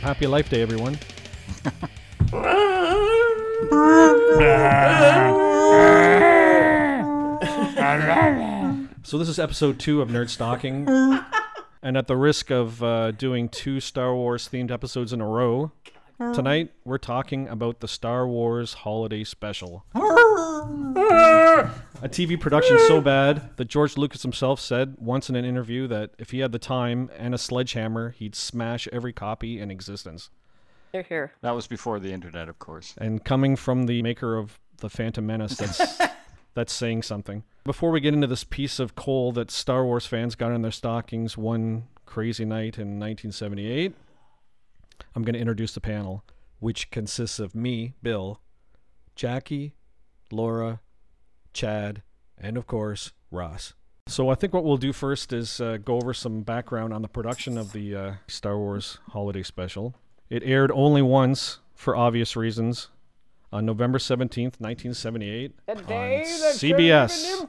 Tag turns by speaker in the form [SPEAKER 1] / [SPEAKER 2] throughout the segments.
[SPEAKER 1] Happy Life Day, everyone. so this is episode two of Nerd Stalking, and at the risk of uh, doing two Star Wars themed episodes in a row, tonight we're talking about the Star Wars Holiday Special. A TV production so bad that George Lucas himself said once in an interview that if he had the time and a sledgehammer, he'd smash every copy in existence.
[SPEAKER 2] They're here.
[SPEAKER 3] That was before the internet, of course.
[SPEAKER 1] and coming from the maker of the Phantom Menace, that's that's saying something. Before we get into this piece of coal that Star Wars fans got in their stockings one crazy night in 1978, I'm going to introduce the panel, which consists of me, Bill, Jackie, Laura, Chad, and of course Ross. So I think what we'll do first is uh, go over some background on the production of the uh, Star Wars Holiday Special. It aired only once for obvious reasons on November 17th, 1978 on CBS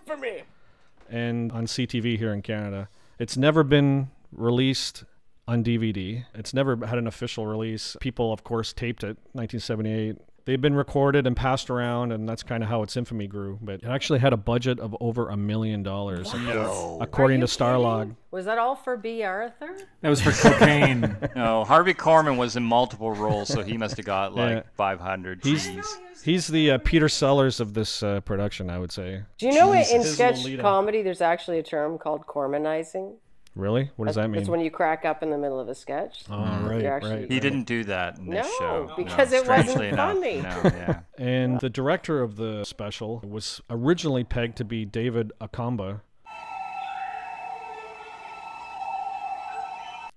[SPEAKER 1] and on CTV here in Canada. It's never been released on DVD. It's never had an official release. People of course taped it 1978. They've been recorded and passed around and that's kind of how its infamy grew, but it actually had a budget of over a million dollars
[SPEAKER 3] No.
[SPEAKER 1] according
[SPEAKER 2] Are
[SPEAKER 1] to
[SPEAKER 2] you
[SPEAKER 1] Starlog.
[SPEAKER 2] kidding? Was that all for B. Arthur?
[SPEAKER 4] That was for cocaine.
[SPEAKER 3] No, Harvey Korman was in multiple roles, so he must have got like
[SPEAKER 1] Yeah.
[SPEAKER 3] 500.
[SPEAKER 1] He's
[SPEAKER 3] Jeez.
[SPEAKER 1] he's the uh, Peter Sellers of this uh, production, I would say.
[SPEAKER 2] Do you know in
[SPEAKER 1] Jesus.
[SPEAKER 2] sketch
[SPEAKER 1] Lolita.
[SPEAKER 2] comedy there's actually a term called Cormanizing?
[SPEAKER 1] Really? What does that mean?
[SPEAKER 2] It's when you crack up in the middle of a sketch.
[SPEAKER 1] Oh, right,
[SPEAKER 2] You're actually-
[SPEAKER 1] right.
[SPEAKER 3] He didn't do that in this
[SPEAKER 2] No,
[SPEAKER 3] show.
[SPEAKER 2] because it wasn't
[SPEAKER 3] strangely enough,
[SPEAKER 2] funny.
[SPEAKER 3] No, yeah.
[SPEAKER 1] And the director of the special was originally pegged to be David Akamba.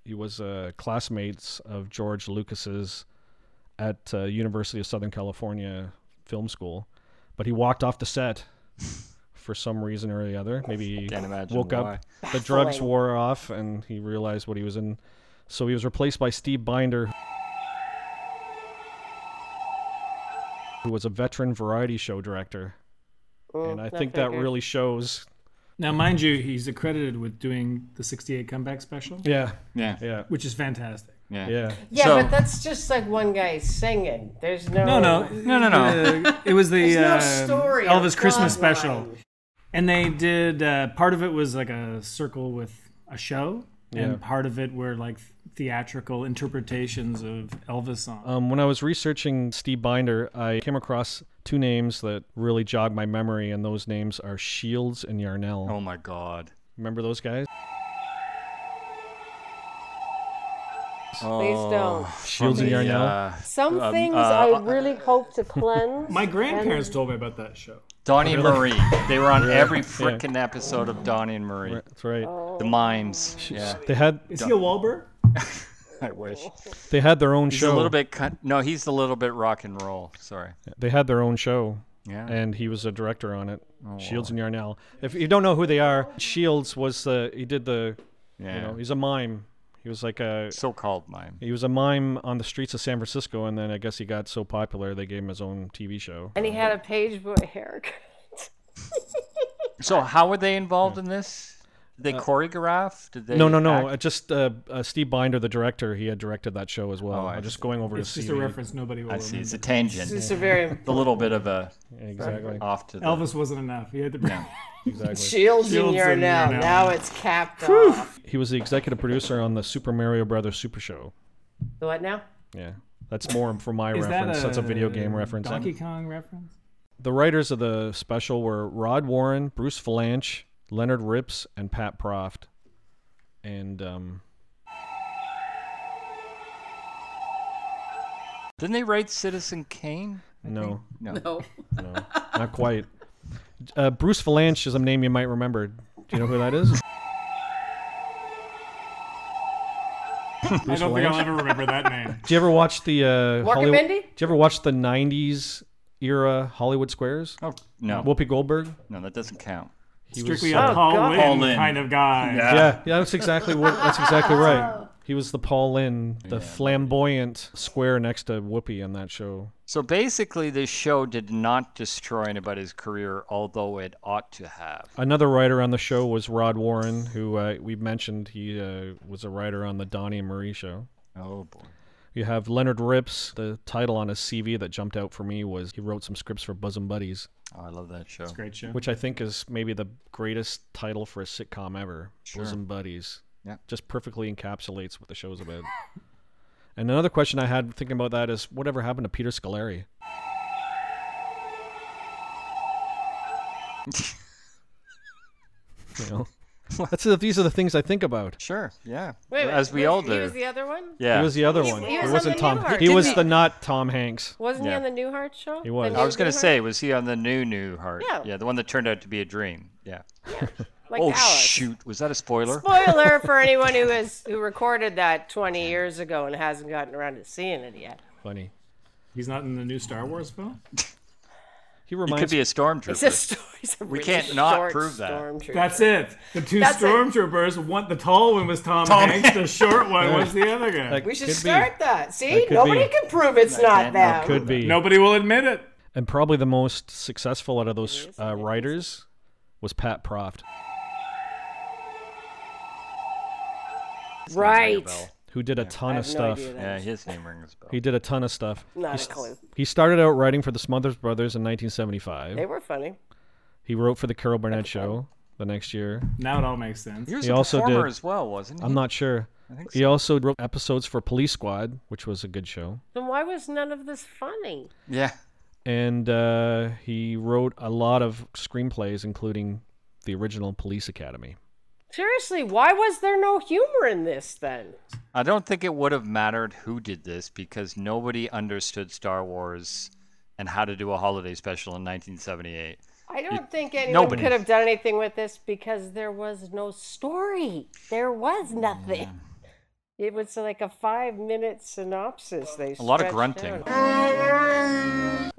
[SPEAKER 1] He was uh, classmates of George Lucas's at uh, University of Southern California Film School, but he walked off the set for some reason or the other. Maybe he
[SPEAKER 3] Can't imagine
[SPEAKER 1] woke
[SPEAKER 3] why.
[SPEAKER 1] up, the drugs
[SPEAKER 2] Baffling.
[SPEAKER 1] wore off, and he realized what he was in. So he was replaced by Steve Binder, who was a veteran variety show director. and I think that really shows.
[SPEAKER 4] now, mind you, he's accredited with doing the 68 comeback special,
[SPEAKER 1] Yeah,
[SPEAKER 3] Yeah.
[SPEAKER 1] yeah,
[SPEAKER 4] which is fantastic.
[SPEAKER 3] Yeah.
[SPEAKER 1] yeah.
[SPEAKER 2] Yeah,
[SPEAKER 3] So-
[SPEAKER 2] but that's just like one guy singing. There's no.
[SPEAKER 4] No, no,
[SPEAKER 3] No, no, no.
[SPEAKER 4] Uh, it was the
[SPEAKER 2] no
[SPEAKER 4] uh,
[SPEAKER 2] story or
[SPEAKER 4] Elvis Christmas
[SPEAKER 2] plotline.
[SPEAKER 4] special. And they did, uh, part of it was like a circle with a show,
[SPEAKER 1] Yeah.
[SPEAKER 4] and part of it were like theatrical interpretations of Elvis songs.
[SPEAKER 1] Um, when I was researching Steve Binder, I came across two names that really jogged my memory, and those names are Shields and Yarnell.
[SPEAKER 3] Oh my God.
[SPEAKER 1] Remember those guys?
[SPEAKER 2] Please don't.
[SPEAKER 1] Shields and
[SPEAKER 3] Yeah.
[SPEAKER 1] Yarnell.
[SPEAKER 2] Some
[SPEAKER 3] Um,
[SPEAKER 2] things
[SPEAKER 3] uh,
[SPEAKER 2] I really hope to cleanse.
[SPEAKER 4] My grandparents told me about that show.
[SPEAKER 3] Donnie and Marie. They were on every frickin' episode of Donnie and Marie.
[SPEAKER 1] That's right.
[SPEAKER 3] The mimes. Yeah,
[SPEAKER 1] They had
[SPEAKER 4] Is he a Wahlberg?
[SPEAKER 3] I wish.
[SPEAKER 1] they had their own
[SPEAKER 3] He's
[SPEAKER 1] show.
[SPEAKER 3] a little bit. Con- no, he's a little bit rock and roll. Sorry.
[SPEAKER 1] They had their own show,
[SPEAKER 3] Yeah.
[SPEAKER 1] and he was a director on it.
[SPEAKER 3] Oh,
[SPEAKER 1] Shields and Yarnell. If you don't know who they are, Shields was the he did the
[SPEAKER 3] yeah.
[SPEAKER 1] you know he's a mime. He was like a
[SPEAKER 3] so-called mime.
[SPEAKER 1] he was a mime on the streets of San Francisco, and then I guess he got so popular they gave him his own TV show.
[SPEAKER 2] and he had a page boy haircut.
[SPEAKER 3] So how were they involved in this? Did they choreograph? Did they?
[SPEAKER 1] Uh, No, no, no.
[SPEAKER 3] act-
[SPEAKER 1] uh, Just uh, uh, Steve Binder, the director, he had directed that show as well.
[SPEAKER 3] Oh, I
[SPEAKER 1] I'm just going over
[SPEAKER 4] It's
[SPEAKER 1] his
[SPEAKER 4] just
[SPEAKER 1] CV.
[SPEAKER 4] a reference nobody will
[SPEAKER 3] I see. It's
[SPEAKER 4] remember.
[SPEAKER 3] a tangent.
[SPEAKER 2] This
[SPEAKER 3] It's
[SPEAKER 2] is a very
[SPEAKER 3] a little bit of a
[SPEAKER 1] Exactly,
[SPEAKER 3] off to the.
[SPEAKER 4] Elvis wasn't enough. He had to bring.
[SPEAKER 1] exactly.
[SPEAKER 2] Shields, in
[SPEAKER 4] Shields
[SPEAKER 2] your
[SPEAKER 4] in
[SPEAKER 2] now.
[SPEAKER 4] your now.
[SPEAKER 2] Now it's capped off.
[SPEAKER 1] He was the executive producer on the Super Mario Brothers Super Show.
[SPEAKER 2] The what now?
[SPEAKER 1] Yeah, that's more for my reference. that's a video game reference. I'm-
[SPEAKER 4] Donkey Kong reference.
[SPEAKER 1] The writers of the special were Rod Warren, Bruce Valanche, Leonard Rips, and Pat Proft. And um,
[SPEAKER 3] Didn't they write Citizen Kane?
[SPEAKER 1] no,
[SPEAKER 3] No.
[SPEAKER 1] not quite. Uh, Bruce Valanche is a name you might remember. Do you know who that is?
[SPEAKER 4] I don't think I'll ever remember that name.
[SPEAKER 1] Do you ever watch the uh,
[SPEAKER 2] Walker
[SPEAKER 1] Hollywood?
[SPEAKER 2] Bendy?
[SPEAKER 1] Do you ever watch the '90s era Hollywood Squares?
[SPEAKER 3] Oh no.
[SPEAKER 1] Whoopi Goldberg.
[SPEAKER 3] no, that doesn't count.
[SPEAKER 1] He was,
[SPEAKER 4] Strictly
[SPEAKER 1] uh,
[SPEAKER 4] a Paul
[SPEAKER 2] God.
[SPEAKER 4] Lynn,
[SPEAKER 3] Paul Lynn.
[SPEAKER 4] kind of guy.
[SPEAKER 1] yeah, yeah, that's exactly what. That's exactly
[SPEAKER 3] Oh.
[SPEAKER 1] right. He was the Paul Lynn, the flamboyant square next to Whoopi on that show.
[SPEAKER 3] So basically, this show did not destroy anybody's career, although it ought to have.
[SPEAKER 1] Another writer on the show was Rod Warren, who uh, we mentioned. He uh, was a writer on the Donnie and Marie show.
[SPEAKER 3] Oh boy.
[SPEAKER 1] You have Leonard Rips. The title on his CV that jumped out for me was he wrote some scripts for Bosom Buddies,
[SPEAKER 3] Oh, I love that show.
[SPEAKER 4] Great show.
[SPEAKER 1] which I think is maybe the greatest title for a sitcom ever. Bosom Buddies.
[SPEAKER 3] Yeah.
[SPEAKER 1] Just perfectly encapsulates what the show's about. and another question I had thinking about that is whatever happened to Peter Scolari? you know, that's the, these are the things I think about.
[SPEAKER 3] Sure. Yeah.
[SPEAKER 2] Wait, wait,
[SPEAKER 3] As we
[SPEAKER 2] who-
[SPEAKER 3] all
[SPEAKER 2] He
[SPEAKER 3] do.
[SPEAKER 2] was the other one.
[SPEAKER 3] yeah.
[SPEAKER 1] He was the other
[SPEAKER 2] He-
[SPEAKER 1] one.
[SPEAKER 2] he was on
[SPEAKER 1] wasn't
[SPEAKER 2] the
[SPEAKER 1] Tom.
[SPEAKER 2] Newhart,
[SPEAKER 1] He was
[SPEAKER 2] didn't
[SPEAKER 1] the
[SPEAKER 2] he?
[SPEAKER 1] not Tom Hanks.
[SPEAKER 2] Wasn't
[SPEAKER 3] Yeah.
[SPEAKER 2] he on the Newhart show?
[SPEAKER 1] He was.
[SPEAKER 2] The
[SPEAKER 3] I was
[SPEAKER 2] new
[SPEAKER 3] gonna
[SPEAKER 2] Newhart?
[SPEAKER 3] say, was he on the new New Heart?
[SPEAKER 2] Yeah.
[SPEAKER 3] the one that turned out to be a dream. Yeah.
[SPEAKER 2] Like
[SPEAKER 3] oh
[SPEAKER 2] Alice.
[SPEAKER 3] shoot, was that a spoiler?
[SPEAKER 2] Spoiler for anyone who is who recorded that 20 years ago and hasn't gotten around to seeing it yet.
[SPEAKER 1] Funny.
[SPEAKER 4] He's not in the new Star Wars film.
[SPEAKER 1] He
[SPEAKER 3] He
[SPEAKER 1] reminds
[SPEAKER 3] could be a stormtrooper.
[SPEAKER 2] It's a story. It's a really
[SPEAKER 3] can't not
[SPEAKER 2] short
[SPEAKER 3] prove that.
[SPEAKER 2] stormtrooper.
[SPEAKER 4] That's it. The two
[SPEAKER 2] That's it.
[SPEAKER 4] stormtroopers. One, the tall one was Tom, Hanks. The short one was the other guy.
[SPEAKER 1] That
[SPEAKER 2] we should
[SPEAKER 1] could be.
[SPEAKER 2] start that. See,
[SPEAKER 1] could
[SPEAKER 2] nobody
[SPEAKER 1] be.
[SPEAKER 2] can prove it's not
[SPEAKER 3] can't- that
[SPEAKER 2] them.
[SPEAKER 1] could be.
[SPEAKER 4] Nobody will admit it.
[SPEAKER 1] And probably the most successful out of those uh, writers was Pat Proft,
[SPEAKER 3] His name rang a
[SPEAKER 2] Right.
[SPEAKER 3] bell.
[SPEAKER 1] who did a ton
[SPEAKER 2] I
[SPEAKER 1] of
[SPEAKER 2] have no
[SPEAKER 1] stuff.
[SPEAKER 2] idea. That
[SPEAKER 3] Yeah,
[SPEAKER 2] is
[SPEAKER 3] his name rings a bell.
[SPEAKER 1] He did a ton of stuff.
[SPEAKER 2] not a clue.
[SPEAKER 1] He started out writing for the Smothers Brothers in 1975.
[SPEAKER 2] They were funny.
[SPEAKER 1] He wrote for the Carol Burnett Show the next year.
[SPEAKER 2] Mm-hmm.
[SPEAKER 4] Now it all makes sense.
[SPEAKER 3] He was
[SPEAKER 1] He
[SPEAKER 3] a
[SPEAKER 1] also
[SPEAKER 3] performer
[SPEAKER 1] did-
[SPEAKER 3] as well, wasn't he?
[SPEAKER 1] I'm not sure.
[SPEAKER 3] think
[SPEAKER 1] He also wrote episodes for Police Squad, which was a good show.
[SPEAKER 2] Then why was none of this funny?
[SPEAKER 3] Yeah.
[SPEAKER 1] And uh, he wrote a lot of screenplays, including the original Police Academy.
[SPEAKER 2] Seriously, why was there no humor in this then?
[SPEAKER 3] I don't think it would have mattered who did this because nobody understood Star Wars and how to do a holiday special in 1978.
[SPEAKER 2] I don't think anyone
[SPEAKER 3] nobody.
[SPEAKER 2] could have done anything with this because there was no story. There was nothing. It was like a five-minute synopsis. They
[SPEAKER 3] A lot of
[SPEAKER 2] stretched
[SPEAKER 3] grunting.
[SPEAKER 2] out.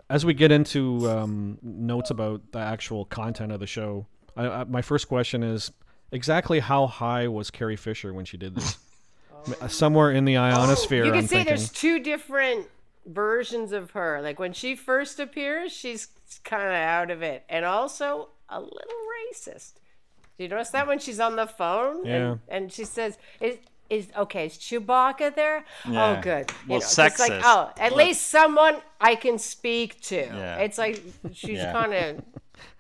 [SPEAKER 1] As we get into um, notes about the actual content of the show, I, I, my first question is exactly how high was Carrie Fisher when she did this? M- Somewhere in the ionosphere,
[SPEAKER 2] Oh. You can
[SPEAKER 1] I'm
[SPEAKER 2] see
[SPEAKER 1] thinking.
[SPEAKER 2] there's two different versions of her. Like when she first appears, she's kind of out of it, and also a little racist. Do you notice that when she's on the phone?
[SPEAKER 1] Yeah.
[SPEAKER 2] And, and she says, "Is is okay? Is Chewbacca there?
[SPEAKER 3] Yeah.
[SPEAKER 2] Oh, good.
[SPEAKER 3] Well,
[SPEAKER 2] it's just Like,
[SPEAKER 3] sexist.
[SPEAKER 2] oh, at least someone I can speak to. It's like she's
[SPEAKER 3] Yeah.
[SPEAKER 2] kind of.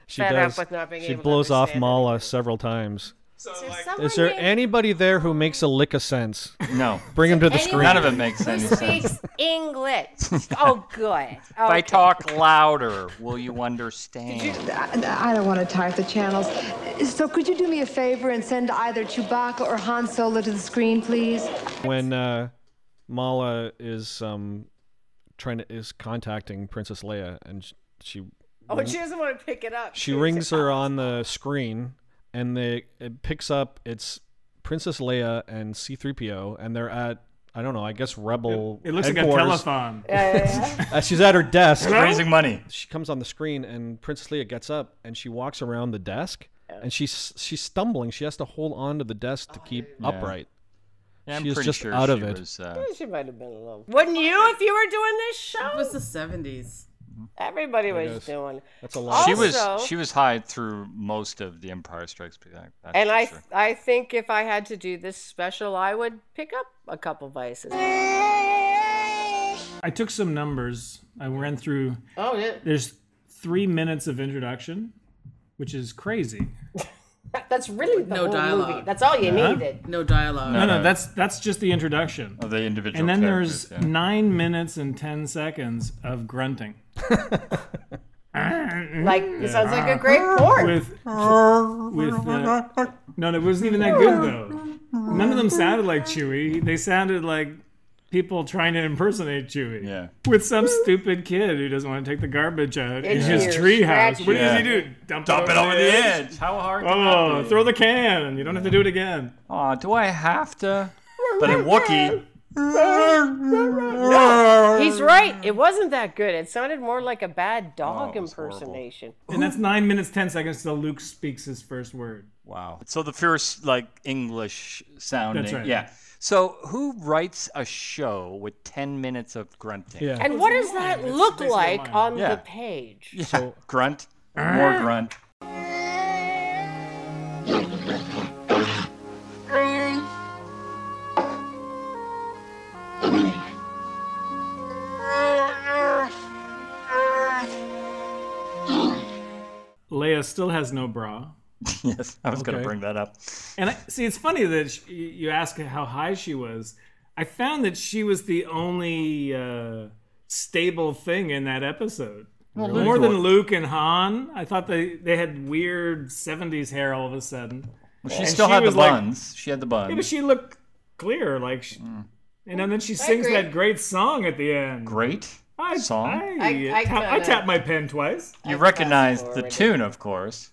[SPEAKER 1] she
[SPEAKER 2] fed up
[SPEAKER 1] does.
[SPEAKER 2] with not being
[SPEAKER 1] she
[SPEAKER 2] able to
[SPEAKER 1] blows off
[SPEAKER 2] understand
[SPEAKER 1] Mala several times. Is
[SPEAKER 2] someone
[SPEAKER 1] there
[SPEAKER 2] named-
[SPEAKER 1] anybody there who makes a lick of sense?
[SPEAKER 3] No,
[SPEAKER 1] Bring him to the
[SPEAKER 2] anyone-
[SPEAKER 1] screen.
[SPEAKER 3] none of it makes any
[SPEAKER 2] who
[SPEAKER 3] sense. If
[SPEAKER 2] speaks English? Oh, good.
[SPEAKER 3] I
[SPEAKER 2] Okay.
[SPEAKER 3] talk louder, will you understand?
[SPEAKER 5] I, I don't want to tire the channels. So could you do me a favor and send either Chewbacca or Han Solo to the screen, please?
[SPEAKER 1] when uh, Mala is um, trying to is contacting Princess Leia, and sh- she
[SPEAKER 2] Oh, and she doesn't want to pick it up.
[SPEAKER 1] she
[SPEAKER 2] She's
[SPEAKER 1] rings
[SPEAKER 2] like,
[SPEAKER 1] her on the screen, and they it picks up it's Princess Leia and C-3PO, and they're at I don't know, I guess Rebel.
[SPEAKER 4] It looks like a
[SPEAKER 1] headquarters.
[SPEAKER 4] telethon.
[SPEAKER 1] Uh, she's at her desk.
[SPEAKER 3] Raising money.
[SPEAKER 1] she comes on the screen, and Princess Leia gets up and she walks around the desk, and she's she's stumbling. She has to hold on to the desk to keep
[SPEAKER 4] Oh,
[SPEAKER 1] upright.
[SPEAKER 3] Yeah, I'm
[SPEAKER 1] She is
[SPEAKER 3] pretty
[SPEAKER 1] just
[SPEAKER 3] sure
[SPEAKER 1] out
[SPEAKER 3] she
[SPEAKER 1] of it.
[SPEAKER 3] was, uh,
[SPEAKER 2] She might have been a little. Wouldn't you if you were doing this show?
[SPEAKER 6] It was the 70s.
[SPEAKER 2] Everybody was doing.
[SPEAKER 1] That's a lot.
[SPEAKER 3] she was
[SPEAKER 2] Also-
[SPEAKER 3] she was high through most of the Empire Strikes Back. that's
[SPEAKER 2] And
[SPEAKER 3] for
[SPEAKER 2] I,
[SPEAKER 3] sure.
[SPEAKER 2] I think if I had to do this special, I would pick up a couple vices.
[SPEAKER 4] I took some numbers. I ran through.
[SPEAKER 2] Oh yeah,
[SPEAKER 4] There's three minutes of introduction, which is crazy.
[SPEAKER 2] that's really the
[SPEAKER 6] No
[SPEAKER 2] whole
[SPEAKER 6] dialogue.
[SPEAKER 2] movie. That's all you needed.
[SPEAKER 6] No dialogue.
[SPEAKER 4] No, no, that's that's just the introduction.
[SPEAKER 3] of the individual.
[SPEAKER 4] And then
[SPEAKER 3] characters,
[SPEAKER 4] there's
[SPEAKER 3] Oh, yeah.
[SPEAKER 4] nine minutes and ten seconds of grunting
[SPEAKER 2] Like it sounds like a great porn.
[SPEAKER 4] with with uh, no, no, it wasn't even that good though. None of them sounded like Chewie. They sounded like people trying to impersonate Chewie.
[SPEAKER 3] Yeah.
[SPEAKER 4] With some stupid kid who doesn't want to take the garbage out in
[SPEAKER 2] Itchy
[SPEAKER 4] his
[SPEAKER 2] or
[SPEAKER 4] treehouse. What
[SPEAKER 2] scratchy.
[SPEAKER 4] does he
[SPEAKER 3] Yeah.
[SPEAKER 4] do? Dump,
[SPEAKER 3] Dump it over the edge. How hard? can that
[SPEAKER 4] Oh,
[SPEAKER 3] be?
[SPEAKER 4] throw the can. You don't have to do it again.
[SPEAKER 3] Aw, do I have to? But in Wookiee,
[SPEAKER 2] He's right. It wasn't that good. It sounded more like a bad dog
[SPEAKER 3] Oh, it was horrible.
[SPEAKER 2] impersonation.
[SPEAKER 4] And that's nine minutes, ten seconds till Luke speaks his first word.
[SPEAKER 3] wow. So the first like English sounding,
[SPEAKER 4] That's right.
[SPEAKER 3] yeah. So who writes a show with ten minutes of grunting?
[SPEAKER 1] Yeah.
[SPEAKER 2] And what does that look
[SPEAKER 4] basically a
[SPEAKER 2] like
[SPEAKER 4] line.
[SPEAKER 2] on
[SPEAKER 3] Yeah.
[SPEAKER 2] the page?
[SPEAKER 3] So grunt,
[SPEAKER 4] Ah.
[SPEAKER 3] more grunt.
[SPEAKER 4] Leia still has no bra.
[SPEAKER 3] yes, I was going
[SPEAKER 1] Okay.
[SPEAKER 3] to bring that up.
[SPEAKER 4] And I, see, it's funny that sh you ask how high she was. I found that she was the only uh, stable thing in that episode. More than Luke and Han, I thought they, they had weird '70s hair all of a sudden.
[SPEAKER 3] Well, she
[SPEAKER 4] And
[SPEAKER 3] still
[SPEAKER 4] she
[SPEAKER 3] had the
[SPEAKER 4] was like-
[SPEAKER 3] buns. she had the buns.
[SPEAKER 4] Yeah, but she looked clear, like, she,
[SPEAKER 3] Mm.
[SPEAKER 4] you know. And then she sings
[SPEAKER 2] agree.
[SPEAKER 4] that great song at the end.
[SPEAKER 3] Great
[SPEAKER 4] I,
[SPEAKER 3] song.
[SPEAKER 4] I,
[SPEAKER 2] I- I
[SPEAKER 4] tap- I
[SPEAKER 2] kinda-
[SPEAKER 4] tapped my pen twice.
[SPEAKER 3] you
[SPEAKER 2] fast
[SPEAKER 3] recognize the
[SPEAKER 2] forwarded.
[SPEAKER 3] tune, of course.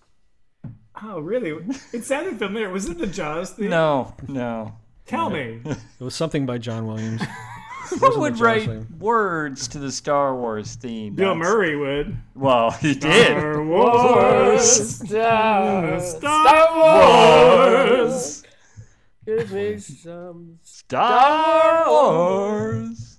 [SPEAKER 4] Oh, really? It sounded familiar. Was it the Jaws thing?
[SPEAKER 3] No, no.
[SPEAKER 4] Tell me.
[SPEAKER 1] It was something by John Williams.
[SPEAKER 3] Who would
[SPEAKER 1] Jaws
[SPEAKER 3] write
[SPEAKER 1] thing.
[SPEAKER 3] words to the Star Wars theme?
[SPEAKER 4] Bill
[SPEAKER 3] That's-
[SPEAKER 4] Murray would.
[SPEAKER 3] Well, he did.
[SPEAKER 4] Star Wars.
[SPEAKER 2] Star,
[SPEAKER 4] Star Wars.
[SPEAKER 2] Give me some.
[SPEAKER 3] Star Wars.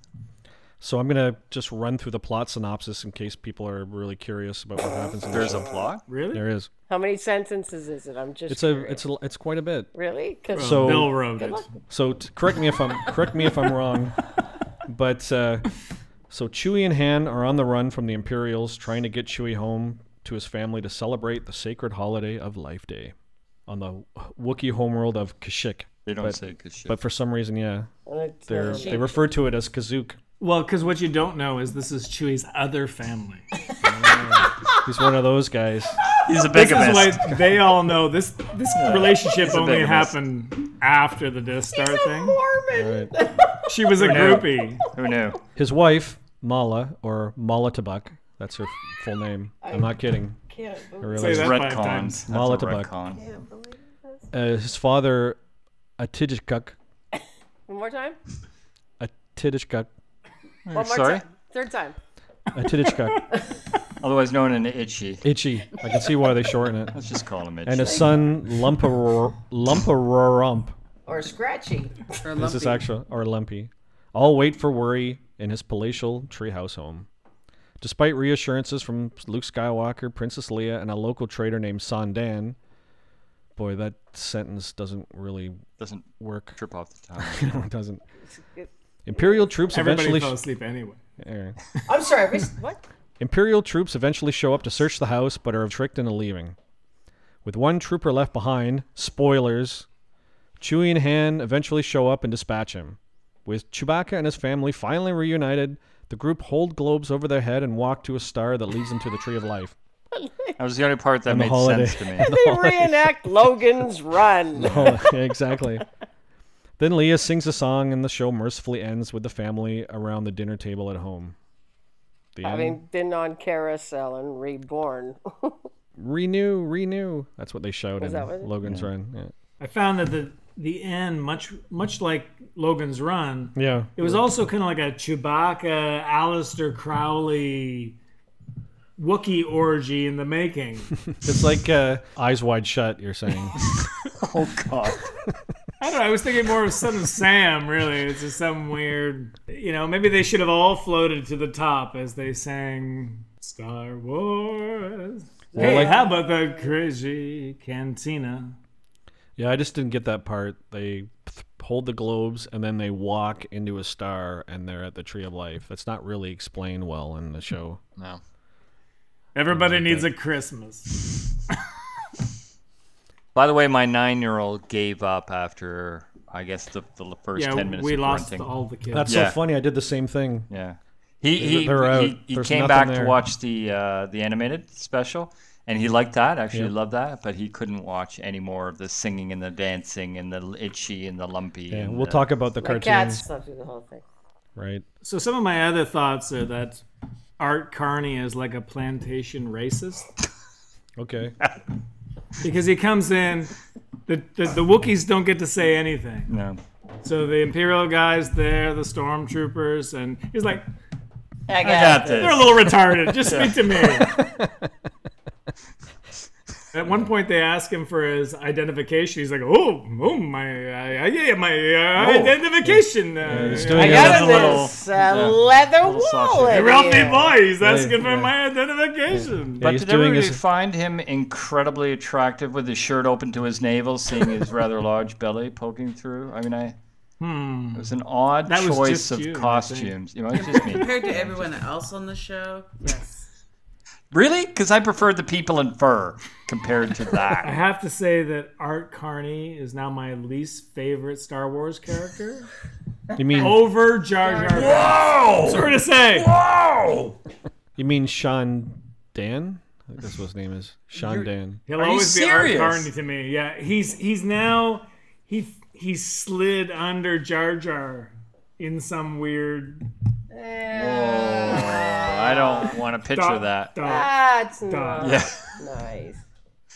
[SPEAKER 1] So I'm gonna just run through the plot synopsis in case people are really curious about what happens. In the
[SPEAKER 3] There's a
[SPEAKER 1] show.
[SPEAKER 3] plot.
[SPEAKER 4] Really?
[SPEAKER 1] There is.
[SPEAKER 2] How many sentences is it? I'm just.
[SPEAKER 1] It's a. It's a. It's quite a bit.
[SPEAKER 2] really. 'Cause-
[SPEAKER 1] So
[SPEAKER 4] Bill wrote it.
[SPEAKER 1] So t- correct me if I'm correct me if I'm wrong, but uh, so Chewie and Han are on the run from the Imperials, trying to get Chewie home to his family to celebrate the sacred holiday of Life Day, on the Wookiee homeworld of Kashyyyk.
[SPEAKER 3] They don't
[SPEAKER 1] But-
[SPEAKER 3] say good shit.
[SPEAKER 1] But for some reason, yeah,
[SPEAKER 2] It's,
[SPEAKER 1] they
[SPEAKER 2] uh,
[SPEAKER 1] they refer to it as Kazook.
[SPEAKER 4] Well, because what you don't know is this is Chewie's other family.
[SPEAKER 1] He's one of those guys.
[SPEAKER 3] He's a
[SPEAKER 4] This
[SPEAKER 3] big
[SPEAKER 4] is why they all know this. This relationship
[SPEAKER 3] a
[SPEAKER 4] only
[SPEAKER 3] bigamist.
[SPEAKER 4] happened after the Death Star thing.
[SPEAKER 1] All right.
[SPEAKER 4] She was a
[SPEAKER 3] knew?
[SPEAKER 4] groupie.
[SPEAKER 3] Who knew?
[SPEAKER 1] His wife, Mala or Mala Tabak, that's her full name. I'm not kidding.
[SPEAKER 2] can't
[SPEAKER 1] I
[SPEAKER 2] believe-
[SPEAKER 1] realize.
[SPEAKER 4] that. Five
[SPEAKER 3] Retcons.
[SPEAKER 4] times.
[SPEAKER 3] That's a
[SPEAKER 1] Molotov.
[SPEAKER 3] retcon.
[SPEAKER 1] Uh, his father, Atidishkuk,
[SPEAKER 2] One more time.
[SPEAKER 1] Atidishkuk,
[SPEAKER 2] One more
[SPEAKER 3] Mm, Sorry?
[SPEAKER 2] time. Third time.
[SPEAKER 1] Atidishkuk,
[SPEAKER 3] Otherwise known in Itchy.
[SPEAKER 1] Itchy. I can see why they shorten it.
[SPEAKER 3] Let's just call him Itchy.
[SPEAKER 1] And his son, Lumparor- Lumparorump.
[SPEAKER 2] Or scratchy.
[SPEAKER 6] Or
[SPEAKER 1] This is
[SPEAKER 6] lumpy.
[SPEAKER 1] actually, or Lumpy. All wait for worry in his palatial treehouse home. Despite reassurances from Luke Skywalker, Princess Leia, and a local trader named Sandan, boy, that sentence doesn't really
[SPEAKER 3] Doesn't
[SPEAKER 1] work.
[SPEAKER 3] trip off the tongue.
[SPEAKER 1] no, it doesn't. Imperial troops
[SPEAKER 4] Everybody
[SPEAKER 1] eventually.
[SPEAKER 4] fell asleep anyway.
[SPEAKER 1] Eh.
[SPEAKER 2] I'm sorry. we- What?
[SPEAKER 1] Imperial troops eventually show up to search the house, but are tricked into leaving. With one trooper left behind, spoilers, Chewie and Han eventually show up and dispatch him. With Chewbacca and his family finally reunited, the group hold globes over their head and walk to a star that leads them to the Tree of Life.
[SPEAKER 3] That was the only part that
[SPEAKER 1] the
[SPEAKER 3] made
[SPEAKER 1] holiday.
[SPEAKER 3] sense to me.
[SPEAKER 2] They reenact Logan's Run.
[SPEAKER 1] Oh, yeah, exactly. Then Leia sings a song, and the show mercifully ends with the family around the dinner table at home. The end.
[SPEAKER 2] Having been on Carousel and reborn.
[SPEAKER 1] renew, renew. That's what they shout in
[SPEAKER 2] that what it-
[SPEAKER 1] Logan's Run.
[SPEAKER 4] I found that the the end, much much like Logan's Run,
[SPEAKER 1] Yeah. yeah.
[SPEAKER 4] It was also kind of like a Chewbacca, Aleister Crowley, Wookiee orgy in the making.
[SPEAKER 1] It's like uh, eyes wide shut. You're saying
[SPEAKER 3] Oh God.
[SPEAKER 4] I don't know. I was thinking more of Son of Sam, really. It's just some weird, you know, maybe they should have all floated to the top as they sang Star Wars. hey,
[SPEAKER 1] like-
[SPEAKER 4] how about the crazy cantina?
[SPEAKER 1] yeah. I just didn't get that part. They th- hold the globes and then they walk into a star and they're at the tree of life. That's not really explained well in the show.
[SPEAKER 3] No.
[SPEAKER 4] Everybody needs a Christmas.
[SPEAKER 3] By the way, my nine-year-old gave up after I guess the, the first
[SPEAKER 4] Yeah,
[SPEAKER 3] ten minutes
[SPEAKER 4] we
[SPEAKER 3] of
[SPEAKER 4] lost
[SPEAKER 3] grunting.
[SPEAKER 4] all the kids.
[SPEAKER 1] That's
[SPEAKER 3] Yeah.
[SPEAKER 1] so funny. I did the same thing.
[SPEAKER 3] Yeah. He he,
[SPEAKER 1] they're out.
[SPEAKER 3] he, he
[SPEAKER 1] There's
[SPEAKER 3] came
[SPEAKER 1] nothing
[SPEAKER 3] back
[SPEAKER 1] there.
[SPEAKER 3] to watch the uh, the animated special and he liked that. Actually loved that, but he couldn't watch any more of the singing and the dancing and the itchy and the lumpy.
[SPEAKER 1] Yeah,
[SPEAKER 3] and
[SPEAKER 1] we'll
[SPEAKER 3] the-
[SPEAKER 1] talk about the
[SPEAKER 2] My
[SPEAKER 1] cartoons,
[SPEAKER 2] cat slept through the whole thing.
[SPEAKER 1] right?
[SPEAKER 4] So some of my other thoughts are that Art Carney is like a plantation racist.
[SPEAKER 1] Okay.
[SPEAKER 4] because he comes in the, the the Wookiees don't get to say anything.
[SPEAKER 3] No.
[SPEAKER 4] So the Imperial guys there, the stormtroopers, and he's like,
[SPEAKER 2] I
[SPEAKER 3] I got this.
[SPEAKER 4] they're a little retarded. Just speak to me. At one point, they ask him for his identification. He's like, "Oh, oh my, uh, yeah, my uh, identification." Uh,
[SPEAKER 1] Oh. he's doing
[SPEAKER 2] I
[SPEAKER 1] it.
[SPEAKER 4] yeah,
[SPEAKER 2] got
[SPEAKER 4] that's
[SPEAKER 2] this
[SPEAKER 4] a little
[SPEAKER 2] uh,
[SPEAKER 3] yeah,
[SPEAKER 2] leather
[SPEAKER 3] sausage.
[SPEAKER 2] wallet.
[SPEAKER 3] Hey,
[SPEAKER 4] Ralphie
[SPEAKER 2] here.
[SPEAKER 4] boy. He's asking for
[SPEAKER 1] yeah.
[SPEAKER 4] my identification.
[SPEAKER 1] Yeah,
[SPEAKER 3] But
[SPEAKER 1] he's
[SPEAKER 3] did everybody
[SPEAKER 1] doing his-
[SPEAKER 3] find him incredibly attractive with his shirt open to his navel, seeing his rather large belly poking through? I mean, I.
[SPEAKER 1] Hmm.
[SPEAKER 3] It was an odd
[SPEAKER 4] That was
[SPEAKER 3] choice
[SPEAKER 4] just
[SPEAKER 3] of
[SPEAKER 4] you, I think.
[SPEAKER 3] costumes. You know, it's just me.
[SPEAKER 6] Compared to everyone else on the show, yes.
[SPEAKER 3] Really? Because I prefer the people in fur compared to
[SPEAKER 4] I
[SPEAKER 3] that.
[SPEAKER 4] have to say that Art Carney is now my least favorite Star Wars character
[SPEAKER 1] You mean
[SPEAKER 4] over Jar Jar. Binks.
[SPEAKER 6] Whoa!
[SPEAKER 4] Sorry to say.
[SPEAKER 6] Whoa!
[SPEAKER 1] you mean Sean Dan? I think that's what his name is. Sean Dan.
[SPEAKER 4] He'll
[SPEAKER 3] Are you
[SPEAKER 4] always be
[SPEAKER 3] serious?
[SPEAKER 4] Art Carney to me. Yeah, he's he's now he he slid under Jar Jar in some weird
[SPEAKER 3] Oh, I don't want to picture
[SPEAKER 4] dot,
[SPEAKER 3] that.
[SPEAKER 4] dot.
[SPEAKER 2] That's
[SPEAKER 4] Done.
[SPEAKER 2] not
[SPEAKER 3] Yeah.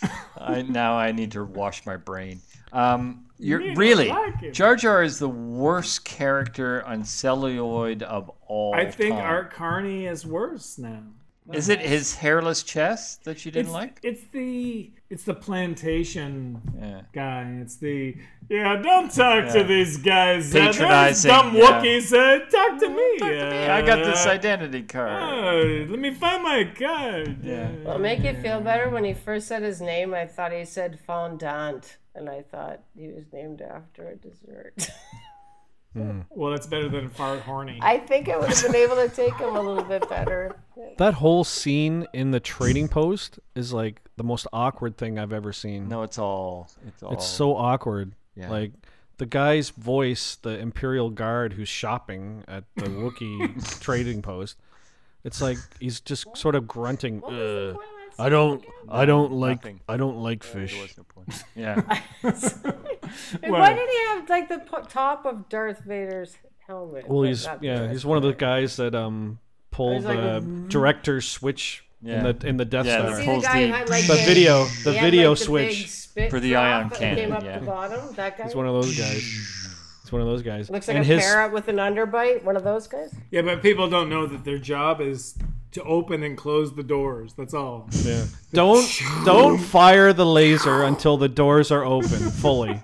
[SPEAKER 2] nice.
[SPEAKER 3] I, now I need to wash my brain. Um,
[SPEAKER 4] You
[SPEAKER 3] you're
[SPEAKER 4] don't
[SPEAKER 3] really
[SPEAKER 4] like him.
[SPEAKER 3] Jar Jar is the worst character on celluloid of all.
[SPEAKER 4] I think
[SPEAKER 3] time.
[SPEAKER 4] Art Carney is worse now.
[SPEAKER 3] Is it his hairless chest that you didn't
[SPEAKER 4] It's,
[SPEAKER 3] like?
[SPEAKER 4] it's the it's the plantation
[SPEAKER 3] Yeah.
[SPEAKER 4] guy. It's the yeah. Don't talk to these guys. Uh, they're just
[SPEAKER 3] Patronizing,
[SPEAKER 4] dumb
[SPEAKER 3] yeah. Mm,
[SPEAKER 4] Wookiees. Uh, talk to me.
[SPEAKER 3] I got this
[SPEAKER 4] uh,
[SPEAKER 3] identity card.
[SPEAKER 4] uh, let me find my card.
[SPEAKER 3] Yeah.
[SPEAKER 4] Uh,
[SPEAKER 2] Well, make it feel better when he first said his name. I thought he said fondant, and I thought he was named after a dessert.
[SPEAKER 4] Well, that's better than fart horny.
[SPEAKER 2] I think I would have been able to take him a little bit better.
[SPEAKER 1] That whole scene in the trading post is like the most awkward thing I've ever seen.
[SPEAKER 3] No, it's all. It's all.
[SPEAKER 1] It's so awkward.
[SPEAKER 3] Yeah.
[SPEAKER 1] Like the guy's voice, the Imperial Guard who's shopping at the Wookiee trading post. It's like he's just sort of grunting.
[SPEAKER 4] Uh,
[SPEAKER 1] "Ugh, I don't. I don't like.
[SPEAKER 3] Nothing.
[SPEAKER 1] I don't like fish.
[SPEAKER 3] What's the point? Yeah.
[SPEAKER 2] And why did he have like the po- top of Darth Vader's helmet?
[SPEAKER 1] Well,
[SPEAKER 2] Like,
[SPEAKER 1] he's
[SPEAKER 2] not
[SPEAKER 1] yeah.
[SPEAKER 2] Darth
[SPEAKER 1] He's one of the guys that um pull
[SPEAKER 2] He's like, "Mm-hmm."
[SPEAKER 1] the director switch
[SPEAKER 3] Yeah.
[SPEAKER 1] in the in the Death
[SPEAKER 3] Yeah,
[SPEAKER 1] Star.
[SPEAKER 2] See the
[SPEAKER 3] Pulls
[SPEAKER 2] guy who
[SPEAKER 3] the-
[SPEAKER 2] had like
[SPEAKER 1] The video. The
[SPEAKER 2] he had,
[SPEAKER 1] video
[SPEAKER 2] like, the big
[SPEAKER 1] switch.
[SPEAKER 2] spit
[SPEAKER 3] For the
[SPEAKER 2] drop
[SPEAKER 3] ion
[SPEAKER 2] that Came
[SPEAKER 3] cannon,
[SPEAKER 2] up
[SPEAKER 3] yeah.
[SPEAKER 2] the bottom. That guy.
[SPEAKER 1] He's one of those guys. He's one of those guys.
[SPEAKER 2] Looks like
[SPEAKER 1] and
[SPEAKER 2] a
[SPEAKER 1] his
[SPEAKER 2] parrot with an underbite. One of those guys.
[SPEAKER 4] Yeah, but people don't know that their job is to open and close the doors. That's all.
[SPEAKER 1] Yeah. Don't don't fire the laser until the doors are open fully.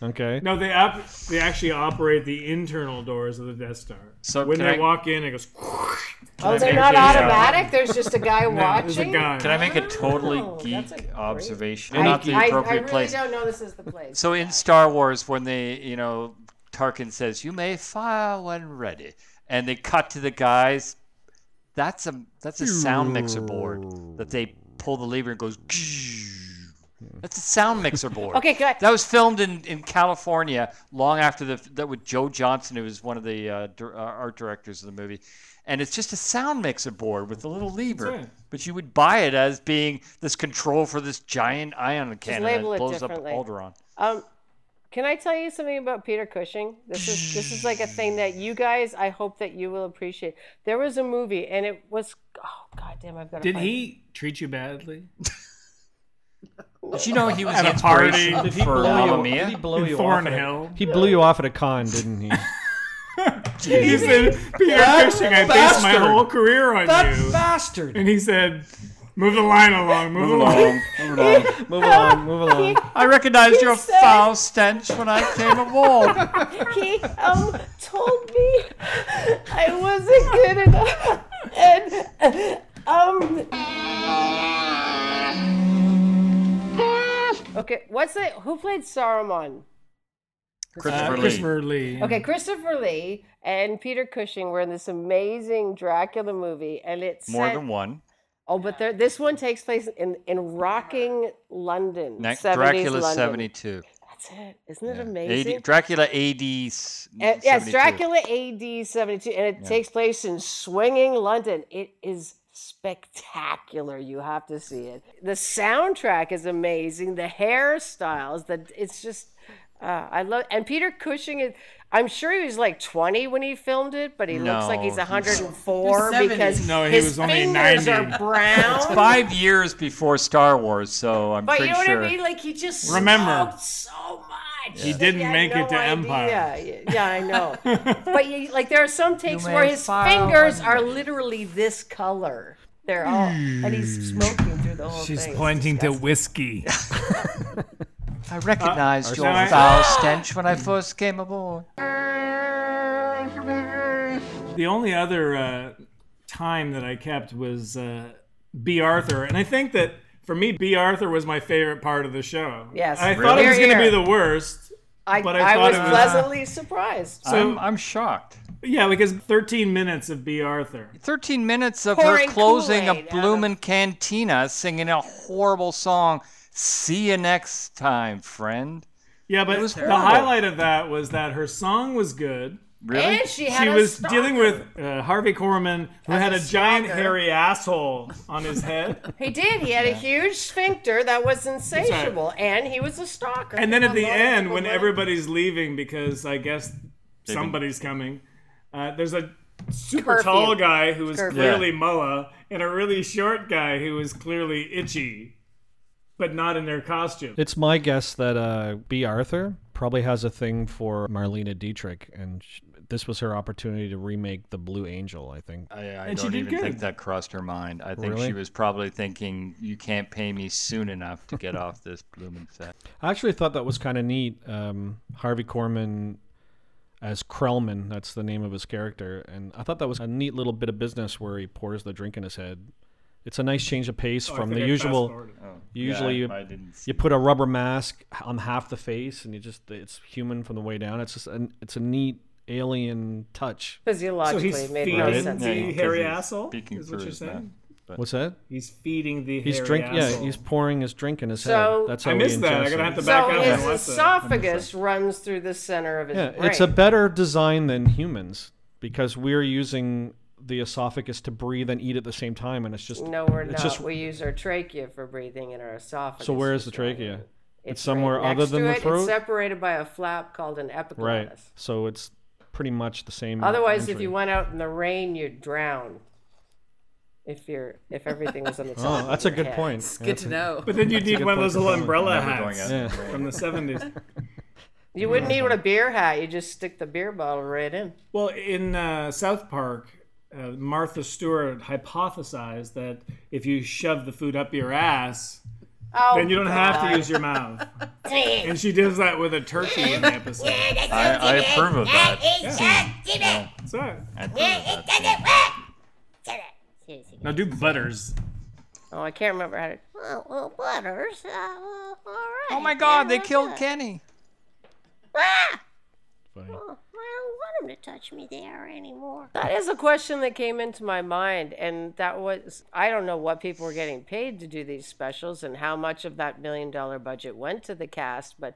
[SPEAKER 1] Okay.
[SPEAKER 4] No, they op- they actually operate the internal doors of the Death Star.
[SPEAKER 3] So
[SPEAKER 4] when
[SPEAKER 3] can
[SPEAKER 4] they
[SPEAKER 3] I-
[SPEAKER 4] walk in, it goes.
[SPEAKER 2] Oh, they're
[SPEAKER 4] make
[SPEAKER 2] not
[SPEAKER 4] a shot?
[SPEAKER 2] automatic. There's just a guy
[SPEAKER 4] No, there's a
[SPEAKER 2] watching.
[SPEAKER 4] gun.
[SPEAKER 3] Can I make a totally
[SPEAKER 2] Oh, that's a
[SPEAKER 3] geek
[SPEAKER 2] great-
[SPEAKER 3] observation?
[SPEAKER 2] I,
[SPEAKER 3] Not the
[SPEAKER 2] I- I
[SPEAKER 3] appropriate
[SPEAKER 2] really
[SPEAKER 3] place.
[SPEAKER 2] don't know this is the place.
[SPEAKER 3] So in Star Wars, when they, you know, Tarkin says, "You may fire when ready," and they cut to the guys. That's a that's a sound mixer board that they pull the lever and goes. That's a sound mixer board.
[SPEAKER 2] Okay, good.
[SPEAKER 3] That was filmed in, in California long after the that with Joe Johnson, who was one of the uh, dir- uh, art directors of the movie, and it's just a sound mixer board with a little lever.
[SPEAKER 4] That's it.
[SPEAKER 3] But you would buy it as being this control for this giant ion cannon that
[SPEAKER 2] label it
[SPEAKER 3] blows up
[SPEAKER 2] differently.
[SPEAKER 3] Alderaan.
[SPEAKER 2] Um, can I tell you something about Peter Cushing? This is this is like a thing that you guys. I hope that you will appreciate. There was a movie, and it was. Oh God damn! I've got.
[SPEAKER 4] Did he treat you badly?
[SPEAKER 3] Did you know he was
[SPEAKER 4] At
[SPEAKER 3] the
[SPEAKER 4] a party.
[SPEAKER 3] inspiration
[SPEAKER 4] Did he
[SPEAKER 3] for
[SPEAKER 4] blow
[SPEAKER 3] Mamma
[SPEAKER 1] Did
[SPEAKER 3] Mia?
[SPEAKER 1] he blow
[SPEAKER 4] In
[SPEAKER 1] you off? At a,
[SPEAKER 4] Thornhill.
[SPEAKER 1] he blew you off at a con, didn't he?
[SPEAKER 4] He said, Peter Cushing, I based my
[SPEAKER 6] bastard.
[SPEAKER 4] whole career on
[SPEAKER 6] That
[SPEAKER 4] you.
[SPEAKER 6] bastard!
[SPEAKER 4] And he said, move the line along, move, along.
[SPEAKER 1] move along, move along.
[SPEAKER 3] I recognized your
[SPEAKER 2] said-
[SPEAKER 3] foul stench when I came aboard.
[SPEAKER 2] He um told me I wasn't good enough, and um. Okay, what's the who played Saruman?
[SPEAKER 3] Christopher
[SPEAKER 4] Uh,
[SPEAKER 3] Lee.
[SPEAKER 4] Christopher Lee.
[SPEAKER 2] Okay, Christopher Lee and Peter Cushing were in this amazing Dracula movie, and it's
[SPEAKER 3] More than one.
[SPEAKER 2] Oh, but there, this one takes place in, in rocking London.
[SPEAKER 3] Next,
[SPEAKER 2] 70s
[SPEAKER 3] Dracula
[SPEAKER 2] London.
[SPEAKER 3] 72.
[SPEAKER 2] That's it. Isn't it
[SPEAKER 3] AD
[SPEAKER 2] amazing?
[SPEAKER 3] Dracula AD. 's
[SPEAKER 2] Uh,
[SPEAKER 3] 72.
[SPEAKER 2] yes, Dracula AD 72, and it takes place in swinging London. It is spectacular. You have to see it. The soundtrack is amazing. The hairstyles, that it's just, uh, I love. And Peter Cushing is. I'm sure he was like 20 when he filmed it, but he looks like
[SPEAKER 3] No,
[SPEAKER 2] he's
[SPEAKER 3] he's-
[SPEAKER 2] 104
[SPEAKER 6] he's 70.
[SPEAKER 2] because
[SPEAKER 4] No, he
[SPEAKER 2] his
[SPEAKER 4] was only
[SPEAKER 2] fingers
[SPEAKER 4] 90.
[SPEAKER 2] are brown.
[SPEAKER 3] Five years before Star Wars, so I'm
[SPEAKER 2] But
[SPEAKER 3] pretty
[SPEAKER 2] you know what
[SPEAKER 3] sure.
[SPEAKER 2] I mean? Like he just
[SPEAKER 4] Remember,
[SPEAKER 2] smoked so much.
[SPEAKER 4] he didn't make it to Empire.
[SPEAKER 2] Yeah, yeah, I know. but you, like there are some takes where
[SPEAKER 3] may
[SPEAKER 2] his
[SPEAKER 3] file
[SPEAKER 2] fingers
[SPEAKER 3] one
[SPEAKER 2] are literally this color. They're all, and he's
[SPEAKER 4] Hmm.
[SPEAKER 2] smoking through the whole thing. It's disgusting.
[SPEAKER 4] whiskey.
[SPEAKER 3] I recognized your
[SPEAKER 4] sorry.
[SPEAKER 3] foul stench when I first came aboard.
[SPEAKER 4] The only other uh, time that I kept was uh, B. Arthur, and I think that for me, B. Arthur was my favorite part of the show.
[SPEAKER 2] Yes.
[SPEAKER 4] I thought it
[SPEAKER 2] Really?
[SPEAKER 4] was
[SPEAKER 2] Here,
[SPEAKER 4] going to be
[SPEAKER 2] here.
[SPEAKER 4] the worst.
[SPEAKER 2] I,
[SPEAKER 4] but
[SPEAKER 2] I,
[SPEAKER 4] I thought
[SPEAKER 2] was
[SPEAKER 4] it was- Uh,
[SPEAKER 2] pleasantly surprised.
[SPEAKER 4] So
[SPEAKER 3] I'm, I'm shocked.
[SPEAKER 4] Yeah, because 13 minutes of B. Arthur.
[SPEAKER 3] 13 minutes of
[SPEAKER 2] Pouring
[SPEAKER 3] her closing
[SPEAKER 2] Kool-Aid
[SPEAKER 3] a
[SPEAKER 2] out of-
[SPEAKER 3] bloomin' cantina singing a horrible song. See you next time, friend.
[SPEAKER 4] Yeah, but
[SPEAKER 3] was
[SPEAKER 4] the
[SPEAKER 3] terrible.
[SPEAKER 4] highlight of that was that her song was good.
[SPEAKER 3] Really?
[SPEAKER 2] And she had
[SPEAKER 4] She
[SPEAKER 2] a
[SPEAKER 4] was
[SPEAKER 2] stalker.
[SPEAKER 4] dealing with uh, Harvey Korman, who had a
[SPEAKER 2] a
[SPEAKER 4] giant
[SPEAKER 2] stalker.
[SPEAKER 4] hairy asshole on his head.
[SPEAKER 2] He did. He had a huge sphincter that was insatiable, and he was a stalker.
[SPEAKER 4] And then at the end, when
[SPEAKER 2] Unbelievable.
[SPEAKER 4] everybody's leaving because I guess somebody's coming, uh, there's a super
[SPEAKER 2] Curfew.
[SPEAKER 4] tall guy who is
[SPEAKER 2] Curfew.
[SPEAKER 4] clearly Mullah and a really short guy who is clearly Itchy, but not in their costume.
[SPEAKER 1] It's my guess that uh, B. Arthur probably has a thing for Marlena Dietrich, and sh this was her opportunity to remake The Blue Angel, I think.
[SPEAKER 3] I, I
[SPEAKER 4] And she
[SPEAKER 3] don't
[SPEAKER 4] did
[SPEAKER 3] even think
[SPEAKER 4] good.
[SPEAKER 3] that crossed her mind. I think
[SPEAKER 1] Really?
[SPEAKER 3] she was probably thinking, you can't pay me soon enough to get off this bloomin' set.
[SPEAKER 1] I actually thought that was kind of neat. Um, Harvey Korman as Krellman, that's the name of his character, and I thought that was a neat little bit of business where he pours the drink in his head. It's a nice change of pace
[SPEAKER 4] Oh, I
[SPEAKER 1] from
[SPEAKER 4] think
[SPEAKER 1] the
[SPEAKER 4] I
[SPEAKER 1] usual.
[SPEAKER 4] fast-forwarded.
[SPEAKER 1] Usually,
[SPEAKER 3] I didn't see
[SPEAKER 1] you put a rubber mask on half the face, and you just—it's human from the way down. It's just an—it's a neat alien touch.
[SPEAKER 4] So
[SPEAKER 2] physiologically
[SPEAKER 4] he's
[SPEAKER 2] it made
[SPEAKER 4] feeding
[SPEAKER 2] no
[SPEAKER 3] Right?
[SPEAKER 2] sense.
[SPEAKER 3] Yeah,
[SPEAKER 4] the
[SPEAKER 3] yeah, 'cause
[SPEAKER 4] hairy
[SPEAKER 3] he's
[SPEAKER 4] asshole.
[SPEAKER 3] speaking
[SPEAKER 4] Is what
[SPEAKER 3] through
[SPEAKER 4] you're
[SPEAKER 3] his mouth.
[SPEAKER 4] saying?
[SPEAKER 1] What's that?
[SPEAKER 4] He's feeding the
[SPEAKER 1] He's
[SPEAKER 4] hairy
[SPEAKER 1] drinking. Yeah,
[SPEAKER 4] asshole.
[SPEAKER 1] he's pouring his drink in his
[SPEAKER 2] So-
[SPEAKER 1] head. That's how
[SPEAKER 4] I
[SPEAKER 1] he
[SPEAKER 4] missed that. I'm
[SPEAKER 1] ingests
[SPEAKER 4] gonna
[SPEAKER 1] it.
[SPEAKER 4] have to back
[SPEAKER 2] So
[SPEAKER 4] out and watch
[SPEAKER 2] his
[SPEAKER 4] that.
[SPEAKER 2] esophagus runs through the center of his
[SPEAKER 1] Yeah,
[SPEAKER 2] brain.
[SPEAKER 1] it's a better design than humans because we're using the esophagus to breathe and eat at the same time, and it's just
[SPEAKER 2] no, we're not.
[SPEAKER 1] it's just-
[SPEAKER 2] we use our trachea for breathing and our esophagus.
[SPEAKER 1] so. Where is
[SPEAKER 2] for
[SPEAKER 1] the trachea?
[SPEAKER 2] swallowing.
[SPEAKER 1] It's somewhere
[SPEAKER 2] right
[SPEAKER 1] other
[SPEAKER 2] next
[SPEAKER 1] than
[SPEAKER 2] to
[SPEAKER 1] the
[SPEAKER 2] it.
[SPEAKER 1] throat?
[SPEAKER 2] It's separated by a flap called an epiglottis.
[SPEAKER 1] Right. So it's pretty much the same.
[SPEAKER 2] Otherwise, if
[SPEAKER 1] entry.
[SPEAKER 2] you went out in the rain, you'd drown. If you're, if everything was on the top.
[SPEAKER 1] oh, that's a
[SPEAKER 2] of your
[SPEAKER 1] good
[SPEAKER 2] head.
[SPEAKER 1] point.
[SPEAKER 6] It's
[SPEAKER 1] Yeah,
[SPEAKER 6] good
[SPEAKER 1] that's
[SPEAKER 6] to
[SPEAKER 1] a-
[SPEAKER 6] know.
[SPEAKER 4] But then you need one of those little umbrella
[SPEAKER 3] going out.
[SPEAKER 4] hats
[SPEAKER 1] Yeah.
[SPEAKER 4] from the 70s.
[SPEAKER 2] You wouldn't
[SPEAKER 1] Mm-hmm.
[SPEAKER 2] even a beer hat. You just stick the beer bottle right in.
[SPEAKER 4] Well, in uh, South Park, uh, Martha Stewart hypothesized that if you shove the food up your ass,
[SPEAKER 2] Oh,
[SPEAKER 4] then you don't have to use your mouth. and she does that with a turkey in the episode.
[SPEAKER 3] I, I approve of that.
[SPEAKER 4] So,
[SPEAKER 3] I approve of that.
[SPEAKER 4] now do butters.
[SPEAKER 2] Oh, I can't remember how to.
[SPEAKER 7] Well, well, Butters. Uh, well, all right.
[SPEAKER 3] Oh my God! They killed Kenny.
[SPEAKER 7] Ah!
[SPEAKER 1] Funny.
[SPEAKER 7] Oh, I don't want him to touch me there anymore.
[SPEAKER 2] That is a question that came into my mind, and that was I don't know what people were getting paid to do these specials and how much of that million dollar budget went to the cast, but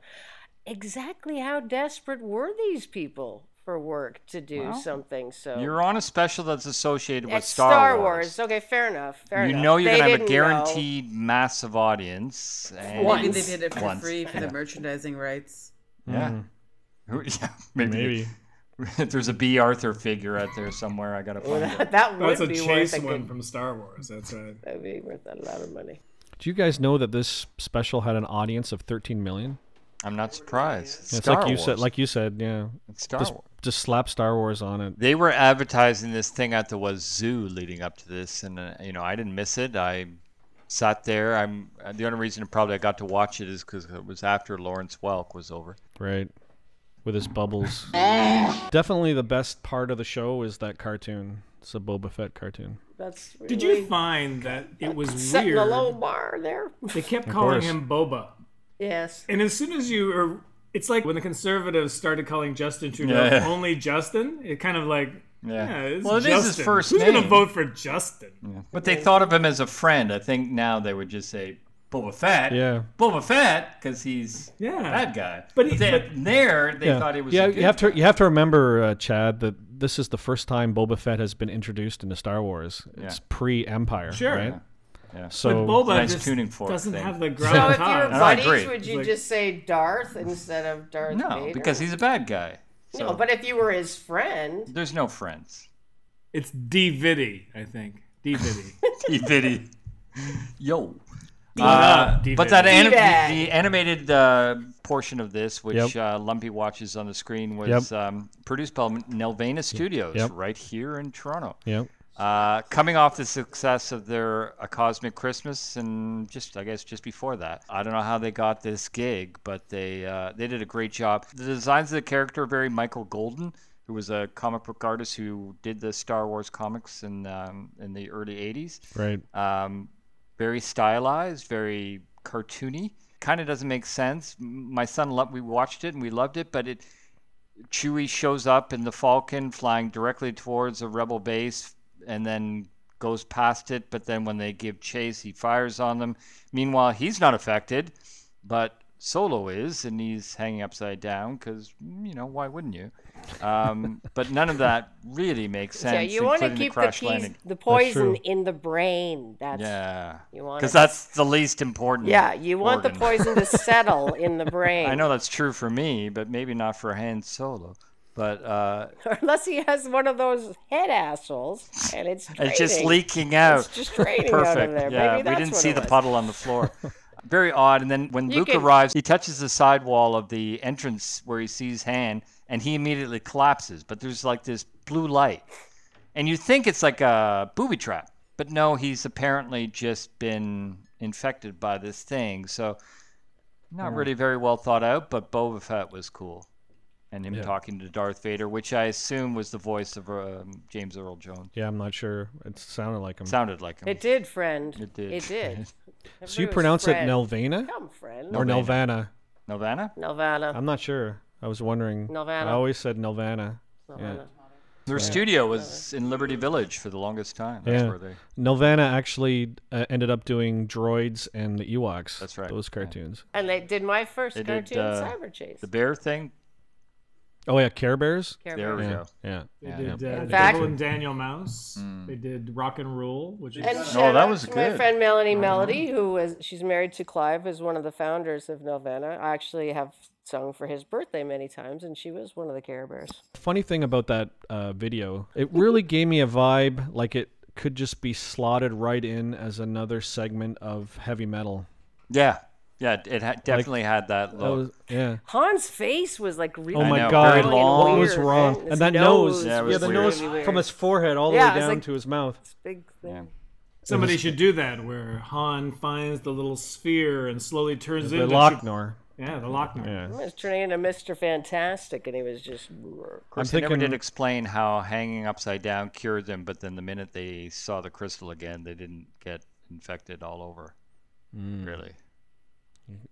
[SPEAKER 2] exactly how desperate were these people for work to do something? So
[SPEAKER 3] You're on a special that's associated with
[SPEAKER 2] It's Star
[SPEAKER 3] Wars.
[SPEAKER 2] Wars. Okay, fair enough. Fair
[SPEAKER 3] You
[SPEAKER 2] enough.
[SPEAKER 3] know you're
[SPEAKER 2] They
[SPEAKER 3] gonna have a
[SPEAKER 2] didn't
[SPEAKER 3] guaranteed massive audience. And
[SPEAKER 6] Maybe they did it for
[SPEAKER 3] Once.
[SPEAKER 6] free for the merchandising rights.
[SPEAKER 3] Yeah. Who- yeah, maybe.
[SPEAKER 1] Maybe.
[SPEAKER 3] There's a B. Arthur figure out there somewhere. I gotta find
[SPEAKER 2] know.
[SPEAKER 3] it.
[SPEAKER 2] that would
[SPEAKER 4] That's a
[SPEAKER 2] be
[SPEAKER 4] chase
[SPEAKER 2] worth a
[SPEAKER 4] one
[SPEAKER 2] good.
[SPEAKER 4] from Star Wars. That's right.
[SPEAKER 2] That'd be worth a lot of money.
[SPEAKER 1] Do you guys know that this special had an audience of 13 million?
[SPEAKER 3] I'm not surprised.
[SPEAKER 1] Yeah, It's
[SPEAKER 3] Star
[SPEAKER 1] like you
[SPEAKER 3] Wars.
[SPEAKER 1] said. Like you said. Yeah.
[SPEAKER 3] It's Star
[SPEAKER 1] Just
[SPEAKER 3] Wars.
[SPEAKER 1] just slap Star Wars on it.
[SPEAKER 3] They were advertising this thing at the Wazoo leading up to this, and uh, you know I didn't miss it. I sat there. I'm uh, the only reason probably I got to watch it is because it was after Lawrence Welk was over.
[SPEAKER 1] Right. With his bubbles. Definitely the best part of the show is that cartoon. It's a Boba Fett cartoon.
[SPEAKER 2] That's really
[SPEAKER 4] Did you find that it was
[SPEAKER 2] setting a low
[SPEAKER 4] weird?
[SPEAKER 2] bar there?
[SPEAKER 4] They kept calling
[SPEAKER 1] course.
[SPEAKER 4] him Boba.
[SPEAKER 2] yes.
[SPEAKER 4] And as soon as you are, it's like when the conservatives started calling Justin Trudeau
[SPEAKER 3] Yeah.
[SPEAKER 4] only Justin. It kind of like, yeah,
[SPEAKER 3] Yeah.
[SPEAKER 4] it's
[SPEAKER 3] Well, it
[SPEAKER 4] Justin.
[SPEAKER 3] is his first
[SPEAKER 4] Who's gonna
[SPEAKER 3] name.
[SPEAKER 4] vote for Justin?
[SPEAKER 3] But they thought of him as a friend. I think now they would just say Boba Fett.
[SPEAKER 1] Yeah.
[SPEAKER 3] Boba Fett, because he's
[SPEAKER 4] Yeah.
[SPEAKER 3] a bad guy.
[SPEAKER 4] But
[SPEAKER 3] But,
[SPEAKER 4] he-
[SPEAKER 3] they,
[SPEAKER 4] but-
[SPEAKER 3] there they
[SPEAKER 1] yeah.
[SPEAKER 3] thought it was.
[SPEAKER 1] yeah,
[SPEAKER 3] a
[SPEAKER 1] you
[SPEAKER 3] good
[SPEAKER 1] have to
[SPEAKER 3] guy.
[SPEAKER 1] you have to remember, uh, Chad, that this is the first time Boba Fett has been introduced into Star Wars. It's
[SPEAKER 3] Yeah.
[SPEAKER 1] pre Empire,
[SPEAKER 4] Sure.
[SPEAKER 1] right?
[SPEAKER 3] Yeah.
[SPEAKER 4] But
[SPEAKER 1] So
[SPEAKER 4] Boba
[SPEAKER 3] Nice
[SPEAKER 4] just
[SPEAKER 3] tuning fork
[SPEAKER 4] doesn't
[SPEAKER 3] thing.
[SPEAKER 4] have the
[SPEAKER 2] So if
[SPEAKER 4] ground
[SPEAKER 2] you were
[SPEAKER 3] I
[SPEAKER 4] ties.
[SPEAKER 3] Right.
[SPEAKER 2] buddies,
[SPEAKER 3] agree.
[SPEAKER 2] would you
[SPEAKER 4] Like-
[SPEAKER 2] just say Darth instead of Darth
[SPEAKER 3] No,
[SPEAKER 2] Vader?
[SPEAKER 3] because he's a bad guy. So
[SPEAKER 2] No, but if you were his friend,
[SPEAKER 3] there's no friends.
[SPEAKER 4] It's DVD, I think. DVD.
[SPEAKER 3] Viddy. Yo.
[SPEAKER 4] up,
[SPEAKER 3] Uh,
[SPEAKER 4] D-Viddy.
[SPEAKER 3] but that anim-
[SPEAKER 2] D-bag.
[SPEAKER 3] the, the animated uh, portion of this, which
[SPEAKER 1] Yep.
[SPEAKER 3] uh, Lumpy watches on the screen, was
[SPEAKER 1] Yep.
[SPEAKER 3] um, produced by Nelvana Studios
[SPEAKER 1] Yep.
[SPEAKER 3] right here in Toronto.
[SPEAKER 1] yeah.
[SPEAKER 3] Uh, coming off the success of their A Cosmic Christmas and just I guess just before that, I don't know how they got this gig, but they uh, they did a great job. The designs of the character are very Michael Golden, who was a comic book artist who did the Star Wars comics in um, in the early '80s.
[SPEAKER 1] Right.
[SPEAKER 3] Um, very stylized, very cartoony. Kind of doesn't make sense. M- My son loved. We watched it and we loved it, but it Chewie shows up in the Falcon, flying directly towards a rebel base, and then goes past it. But then when they give chase, he fires on them. Meanwhile, he's not affected, but Solo is, and he's hanging upside down because you know why wouldn't you? Um, but none of that really makes sense.
[SPEAKER 2] yeah, you want to
[SPEAKER 3] including
[SPEAKER 2] keep
[SPEAKER 3] the
[SPEAKER 2] the,
[SPEAKER 3] crash
[SPEAKER 2] peas,
[SPEAKER 3] landing.
[SPEAKER 2] the poison
[SPEAKER 1] true.
[SPEAKER 2] in the brain. That's
[SPEAKER 3] Yeah,
[SPEAKER 2] You wanna
[SPEAKER 3] because
[SPEAKER 2] just-
[SPEAKER 3] that's the least important.
[SPEAKER 2] yeah. You want the
[SPEAKER 3] organ.
[SPEAKER 2] poison to settle in the brain.
[SPEAKER 3] I know that's true for me, but maybe not for Han Solo. But uh,
[SPEAKER 2] Unless he has one of those head assholes, and it's
[SPEAKER 3] it's just
[SPEAKER 2] draining.
[SPEAKER 3] leaking out.
[SPEAKER 2] It's just draining out of
[SPEAKER 3] Perfect.
[SPEAKER 2] there.
[SPEAKER 3] Yeah,
[SPEAKER 2] Maybe that's
[SPEAKER 3] we didn't
[SPEAKER 2] what
[SPEAKER 3] see
[SPEAKER 2] it
[SPEAKER 3] the
[SPEAKER 2] was.
[SPEAKER 3] puddle on the floor. Very odd. And then when
[SPEAKER 2] You
[SPEAKER 3] Luke
[SPEAKER 2] can-
[SPEAKER 3] arrives, he touches the sidewall of the entrance where he sees Han, and he immediately collapses. But there's like this blue light, and you think it's like a booby trap, but no, he's apparently just been infected by this thing. So not really very well thought out. But Boba Fett was cool. And him talking to Darth Vader, which I assume was the voice of um, James Earl Jones.
[SPEAKER 1] Yeah, I'm not sure. It sounded like him.
[SPEAKER 3] Sounded like him.
[SPEAKER 2] It did, friend.
[SPEAKER 3] It did.
[SPEAKER 2] It did.
[SPEAKER 1] so you
[SPEAKER 2] Bruce,
[SPEAKER 1] pronounce it
[SPEAKER 2] friend.
[SPEAKER 1] Nelvana
[SPEAKER 2] Come, friend.
[SPEAKER 1] or Nelvana?
[SPEAKER 3] Nelvana?
[SPEAKER 2] Nelvana.
[SPEAKER 3] Um,
[SPEAKER 1] I'm not sure. I was wondering.
[SPEAKER 2] Nelvana.
[SPEAKER 1] I always said Nelvana. Yeah.
[SPEAKER 3] Their studio was in Liberty Village for the longest time. That's
[SPEAKER 1] Yeah.
[SPEAKER 3] where they.
[SPEAKER 1] Nelvana actually uh, ended up doing Droids and the Ewoks.
[SPEAKER 3] That's right,
[SPEAKER 1] Those
[SPEAKER 3] yeah.
[SPEAKER 1] cartoons.
[SPEAKER 2] And they did my first
[SPEAKER 3] They did,
[SPEAKER 2] cartoon,
[SPEAKER 3] uh,
[SPEAKER 2] Cyber Chase.
[SPEAKER 3] The bear thing.
[SPEAKER 1] Oh yeah, Care Bears.
[SPEAKER 2] Care
[SPEAKER 3] There we
[SPEAKER 2] Bears.
[SPEAKER 1] Yeah.
[SPEAKER 3] go.
[SPEAKER 1] Yeah.
[SPEAKER 4] They
[SPEAKER 1] yeah.
[SPEAKER 4] did uh,
[SPEAKER 2] In fact-
[SPEAKER 4] Devil and Daniel Mouse.
[SPEAKER 3] Mm.
[SPEAKER 4] They did Rock and Roll, which is
[SPEAKER 2] And
[SPEAKER 4] uh,
[SPEAKER 2] shout
[SPEAKER 3] that
[SPEAKER 2] out
[SPEAKER 3] was
[SPEAKER 2] to My
[SPEAKER 3] good.
[SPEAKER 2] friend Melanie
[SPEAKER 1] Mm-hmm.
[SPEAKER 2] Melody, who was she's married to Clive, is one of the founders of Nelvana. I actually have sung for his birthday many times, and she was one of the Care Bears.
[SPEAKER 1] Funny thing about that uh, video, it really gave me a vibe like it could just be slotted right in as another segment of heavy metal.
[SPEAKER 3] Yeah. Yeah. It ha- definitely had that
[SPEAKER 1] That
[SPEAKER 3] look.
[SPEAKER 1] was yeah.
[SPEAKER 2] Han's face was like really
[SPEAKER 1] Oh my
[SPEAKER 3] know,
[SPEAKER 1] god,
[SPEAKER 3] very long.
[SPEAKER 1] what was
[SPEAKER 2] Weird,
[SPEAKER 1] wrong?
[SPEAKER 2] right?
[SPEAKER 1] And
[SPEAKER 2] His
[SPEAKER 1] that nose,
[SPEAKER 2] nose
[SPEAKER 3] Yeah, it
[SPEAKER 1] yeah,
[SPEAKER 3] was
[SPEAKER 1] the
[SPEAKER 3] weird.
[SPEAKER 1] nose
[SPEAKER 2] really
[SPEAKER 1] from
[SPEAKER 2] weird.
[SPEAKER 1] his forehead all
[SPEAKER 2] Yeah,
[SPEAKER 1] the way
[SPEAKER 2] it was
[SPEAKER 1] down
[SPEAKER 2] like-
[SPEAKER 1] to his mouth.
[SPEAKER 2] big thing.
[SPEAKER 4] somebody should do that, where Han finds the little sphere and slowly turns
[SPEAKER 1] The
[SPEAKER 4] into
[SPEAKER 1] Lochner.
[SPEAKER 4] Yeah, the Lochner.
[SPEAKER 1] Yeah.
[SPEAKER 2] He was turning into Mr. Fantastic, and he was just
[SPEAKER 1] I'm
[SPEAKER 3] They never
[SPEAKER 1] thinking
[SPEAKER 3] did explain how hanging upside down cured them, but then the minute they saw the crystal again, they didn't get infected all over.
[SPEAKER 1] Hmm.
[SPEAKER 3] Really.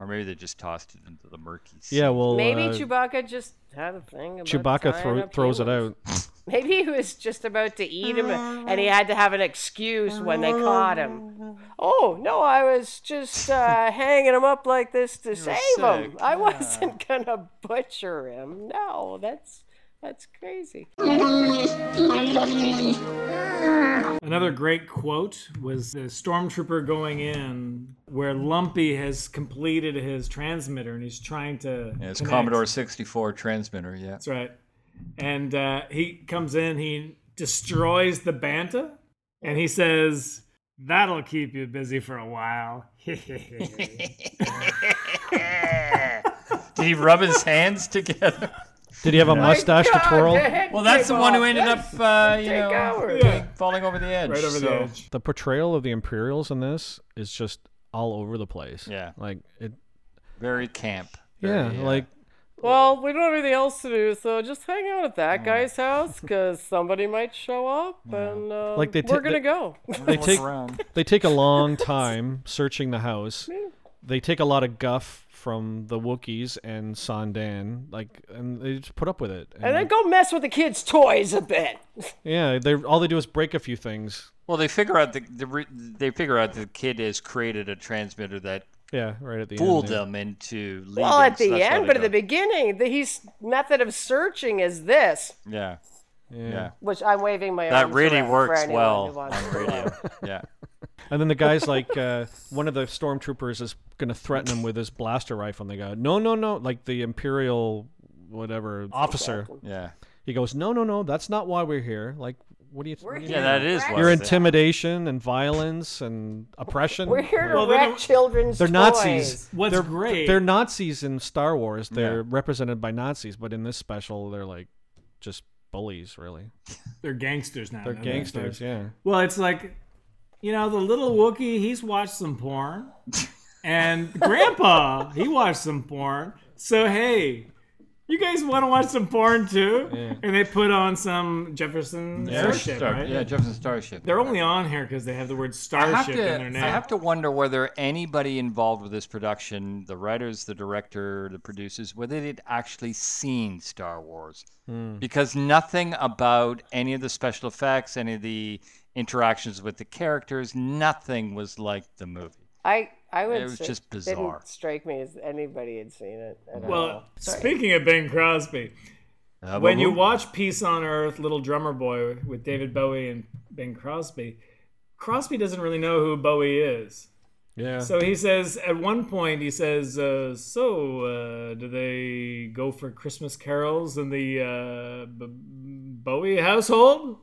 [SPEAKER 3] Or maybe they just tossed it into the murky sea.
[SPEAKER 1] Yeah, well
[SPEAKER 2] maybe
[SPEAKER 1] uh,
[SPEAKER 2] Chewbacca just had a thing. About
[SPEAKER 1] Chewbacca
[SPEAKER 2] tying
[SPEAKER 1] thro-
[SPEAKER 2] up
[SPEAKER 1] throws it
[SPEAKER 2] humans.
[SPEAKER 1] out.
[SPEAKER 2] Maybe he was just about to eat him, and he had to have an excuse when they caught him. Oh no, I was just uh, hanging him up like this to save him.
[SPEAKER 3] sick,
[SPEAKER 2] I wasn't gonna butcher him. No, that's that's crazy.
[SPEAKER 4] Another great quote was the stormtrooper going in where Lumpy has completed his transmitter and he's trying to.
[SPEAKER 3] Yeah, it's
[SPEAKER 4] connect.
[SPEAKER 3] Commodore 64 transmitter. Yeah.
[SPEAKER 4] That's right. And uh, he comes in, he destroys the Banta, and he says, That'll keep you busy for a while.
[SPEAKER 3] Did he rub his hands together?
[SPEAKER 1] Did he have a mustache to twirl?
[SPEAKER 3] Well, that's the one who ended up, uh, you
[SPEAKER 2] Take
[SPEAKER 3] know,
[SPEAKER 2] over.
[SPEAKER 4] Yeah.
[SPEAKER 3] falling over the edge.
[SPEAKER 4] right over
[SPEAKER 3] so-
[SPEAKER 4] the edge.
[SPEAKER 1] the portrayal of the Imperials in this is just all over the place.
[SPEAKER 3] Yeah.
[SPEAKER 1] Like it
[SPEAKER 3] Very camp.
[SPEAKER 1] yeah,
[SPEAKER 3] Very, uh,
[SPEAKER 1] like
[SPEAKER 2] Well, we don't have anything else to do, so just hang out at that guy's house because somebody might show up, and uh,
[SPEAKER 1] Like they t-
[SPEAKER 2] we're gonna
[SPEAKER 1] they-
[SPEAKER 2] go.
[SPEAKER 1] they
[SPEAKER 3] look
[SPEAKER 1] take
[SPEAKER 3] around.
[SPEAKER 1] they take a long time searching the house. They take a lot of guff from the Wookiees and Sandan, like, and they just put up with it.
[SPEAKER 2] and then go mess with the kids' toys a bit.
[SPEAKER 1] yeah, they all they do is break a few things.
[SPEAKER 3] Well, they figure out the, the re- they figure out the kid has created a transmitter that
[SPEAKER 1] Yeah, right at the
[SPEAKER 3] fooled
[SPEAKER 1] end. there.
[SPEAKER 3] them into leaving.
[SPEAKER 2] Well, at
[SPEAKER 3] so
[SPEAKER 2] the
[SPEAKER 3] that's why
[SPEAKER 2] end,
[SPEAKER 3] they
[SPEAKER 2] but at the
[SPEAKER 3] go-
[SPEAKER 2] beginning, the, his method of searching is this,
[SPEAKER 3] Yeah,
[SPEAKER 1] Yeah.
[SPEAKER 3] yeah.
[SPEAKER 2] which I'm waving my
[SPEAKER 3] That
[SPEAKER 2] arms
[SPEAKER 3] really
[SPEAKER 2] around for
[SPEAKER 3] works
[SPEAKER 2] anyone who
[SPEAKER 3] well
[SPEAKER 2] wants
[SPEAKER 3] on
[SPEAKER 2] to know.
[SPEAKER 3] radio. yeah.
[SPEAKER 1] And then the guy's like, uh, one of the stormtroopers is gonna threaten him with his blaster rifle, and they go, "No, no, no!" Like the Imperial, whatever officer,
[SPEAKER 3] Yeah.
[SPEAKER 1] he goes, "No, no, no! That's not why we're here. Like, what do you? what do you
[SPEAKER 3] Yeah, that is what
[SPEAKER 1] Your
[SPEAKER 3] it-
[SPEAKER 1] intimidation and violence and oppression.
[SPEAKER 2] We're here to
[SPEAKER 4] Well, they
[SPEAKER 2] wreck
[SPEAKER 4] don't-
[SPEAKER 2] children's
[SPEAKER 1] They're
[SPEAKER 2] toys.
[SPEAKER 1] Nazis.
[SPEAKER 4] What's
[SPEAKER 1] they're,
[SPEAKER 4] great.
[SPEAKER 1] They're Nazis in Star Wars. They're represented by Nazis, but in this special, they're like just bullies, really.
[SPEAKER 4] They're gangsters now.
[SPEAKER 1] They're
[SPEAKER 4] no?
[SPEAKER 1] gangsters, yeah.
[SPEAKER 4] Well, it's like, you know, the little Wookiee, he's watched some porn. And Grandpa, he watched some porn. So, hey, You guys want to watch some porn too? And they put on some Jefferson Starship,
[SPEAKER 3] Star-
[SPEAKER 4] right?
[SPEAKER 3] Yeah, Jefferson Starship.
[SPEAKER 4] They're only on here because they have the word
[SPEAKER 3] I have,
[SPEAKER 4] Starship
[SPEAKER 3] to,
[SPEAKER 4] in their name.
[SPEAKER 3] I have to wonder whether anybody involved with this production, the writers, the director, the producers, whether they'd actually seen Star Wars.
[SPEAKER 4] Hmm.
[SPEAKER 3] Because nothing about any of the special effects, any of the interactions with the characters, nothing was like the movie.
[SPEAKER 2] I I would
[SPEAKER 3] It was
[SPEAKER 2] say
[SPEAKER 3] just bizarre.
[SPEAKER 2] Didn't strike me as anybody had seen it. At all.
[SPEAKER 4] well, speaking of Bing Crosby,
[SPEAKER 3] Uh,
[SPEAKER 4] when
[SPEAKER 3] but
[SPEAKER 4] you
[SPEAKER 3] we-
[SPEAKER 4] watch Peace on Earth, Little Drummer Boy with David Bowie and Bing Crosby, Crosby doesn't really know who Bowie is.
[SPEAKER 1] Yeah.
[SPEAKER 4] So he says, at one point, he says, uh, So, uh, do they go for Christmas carols in the uh, B- Bowie household?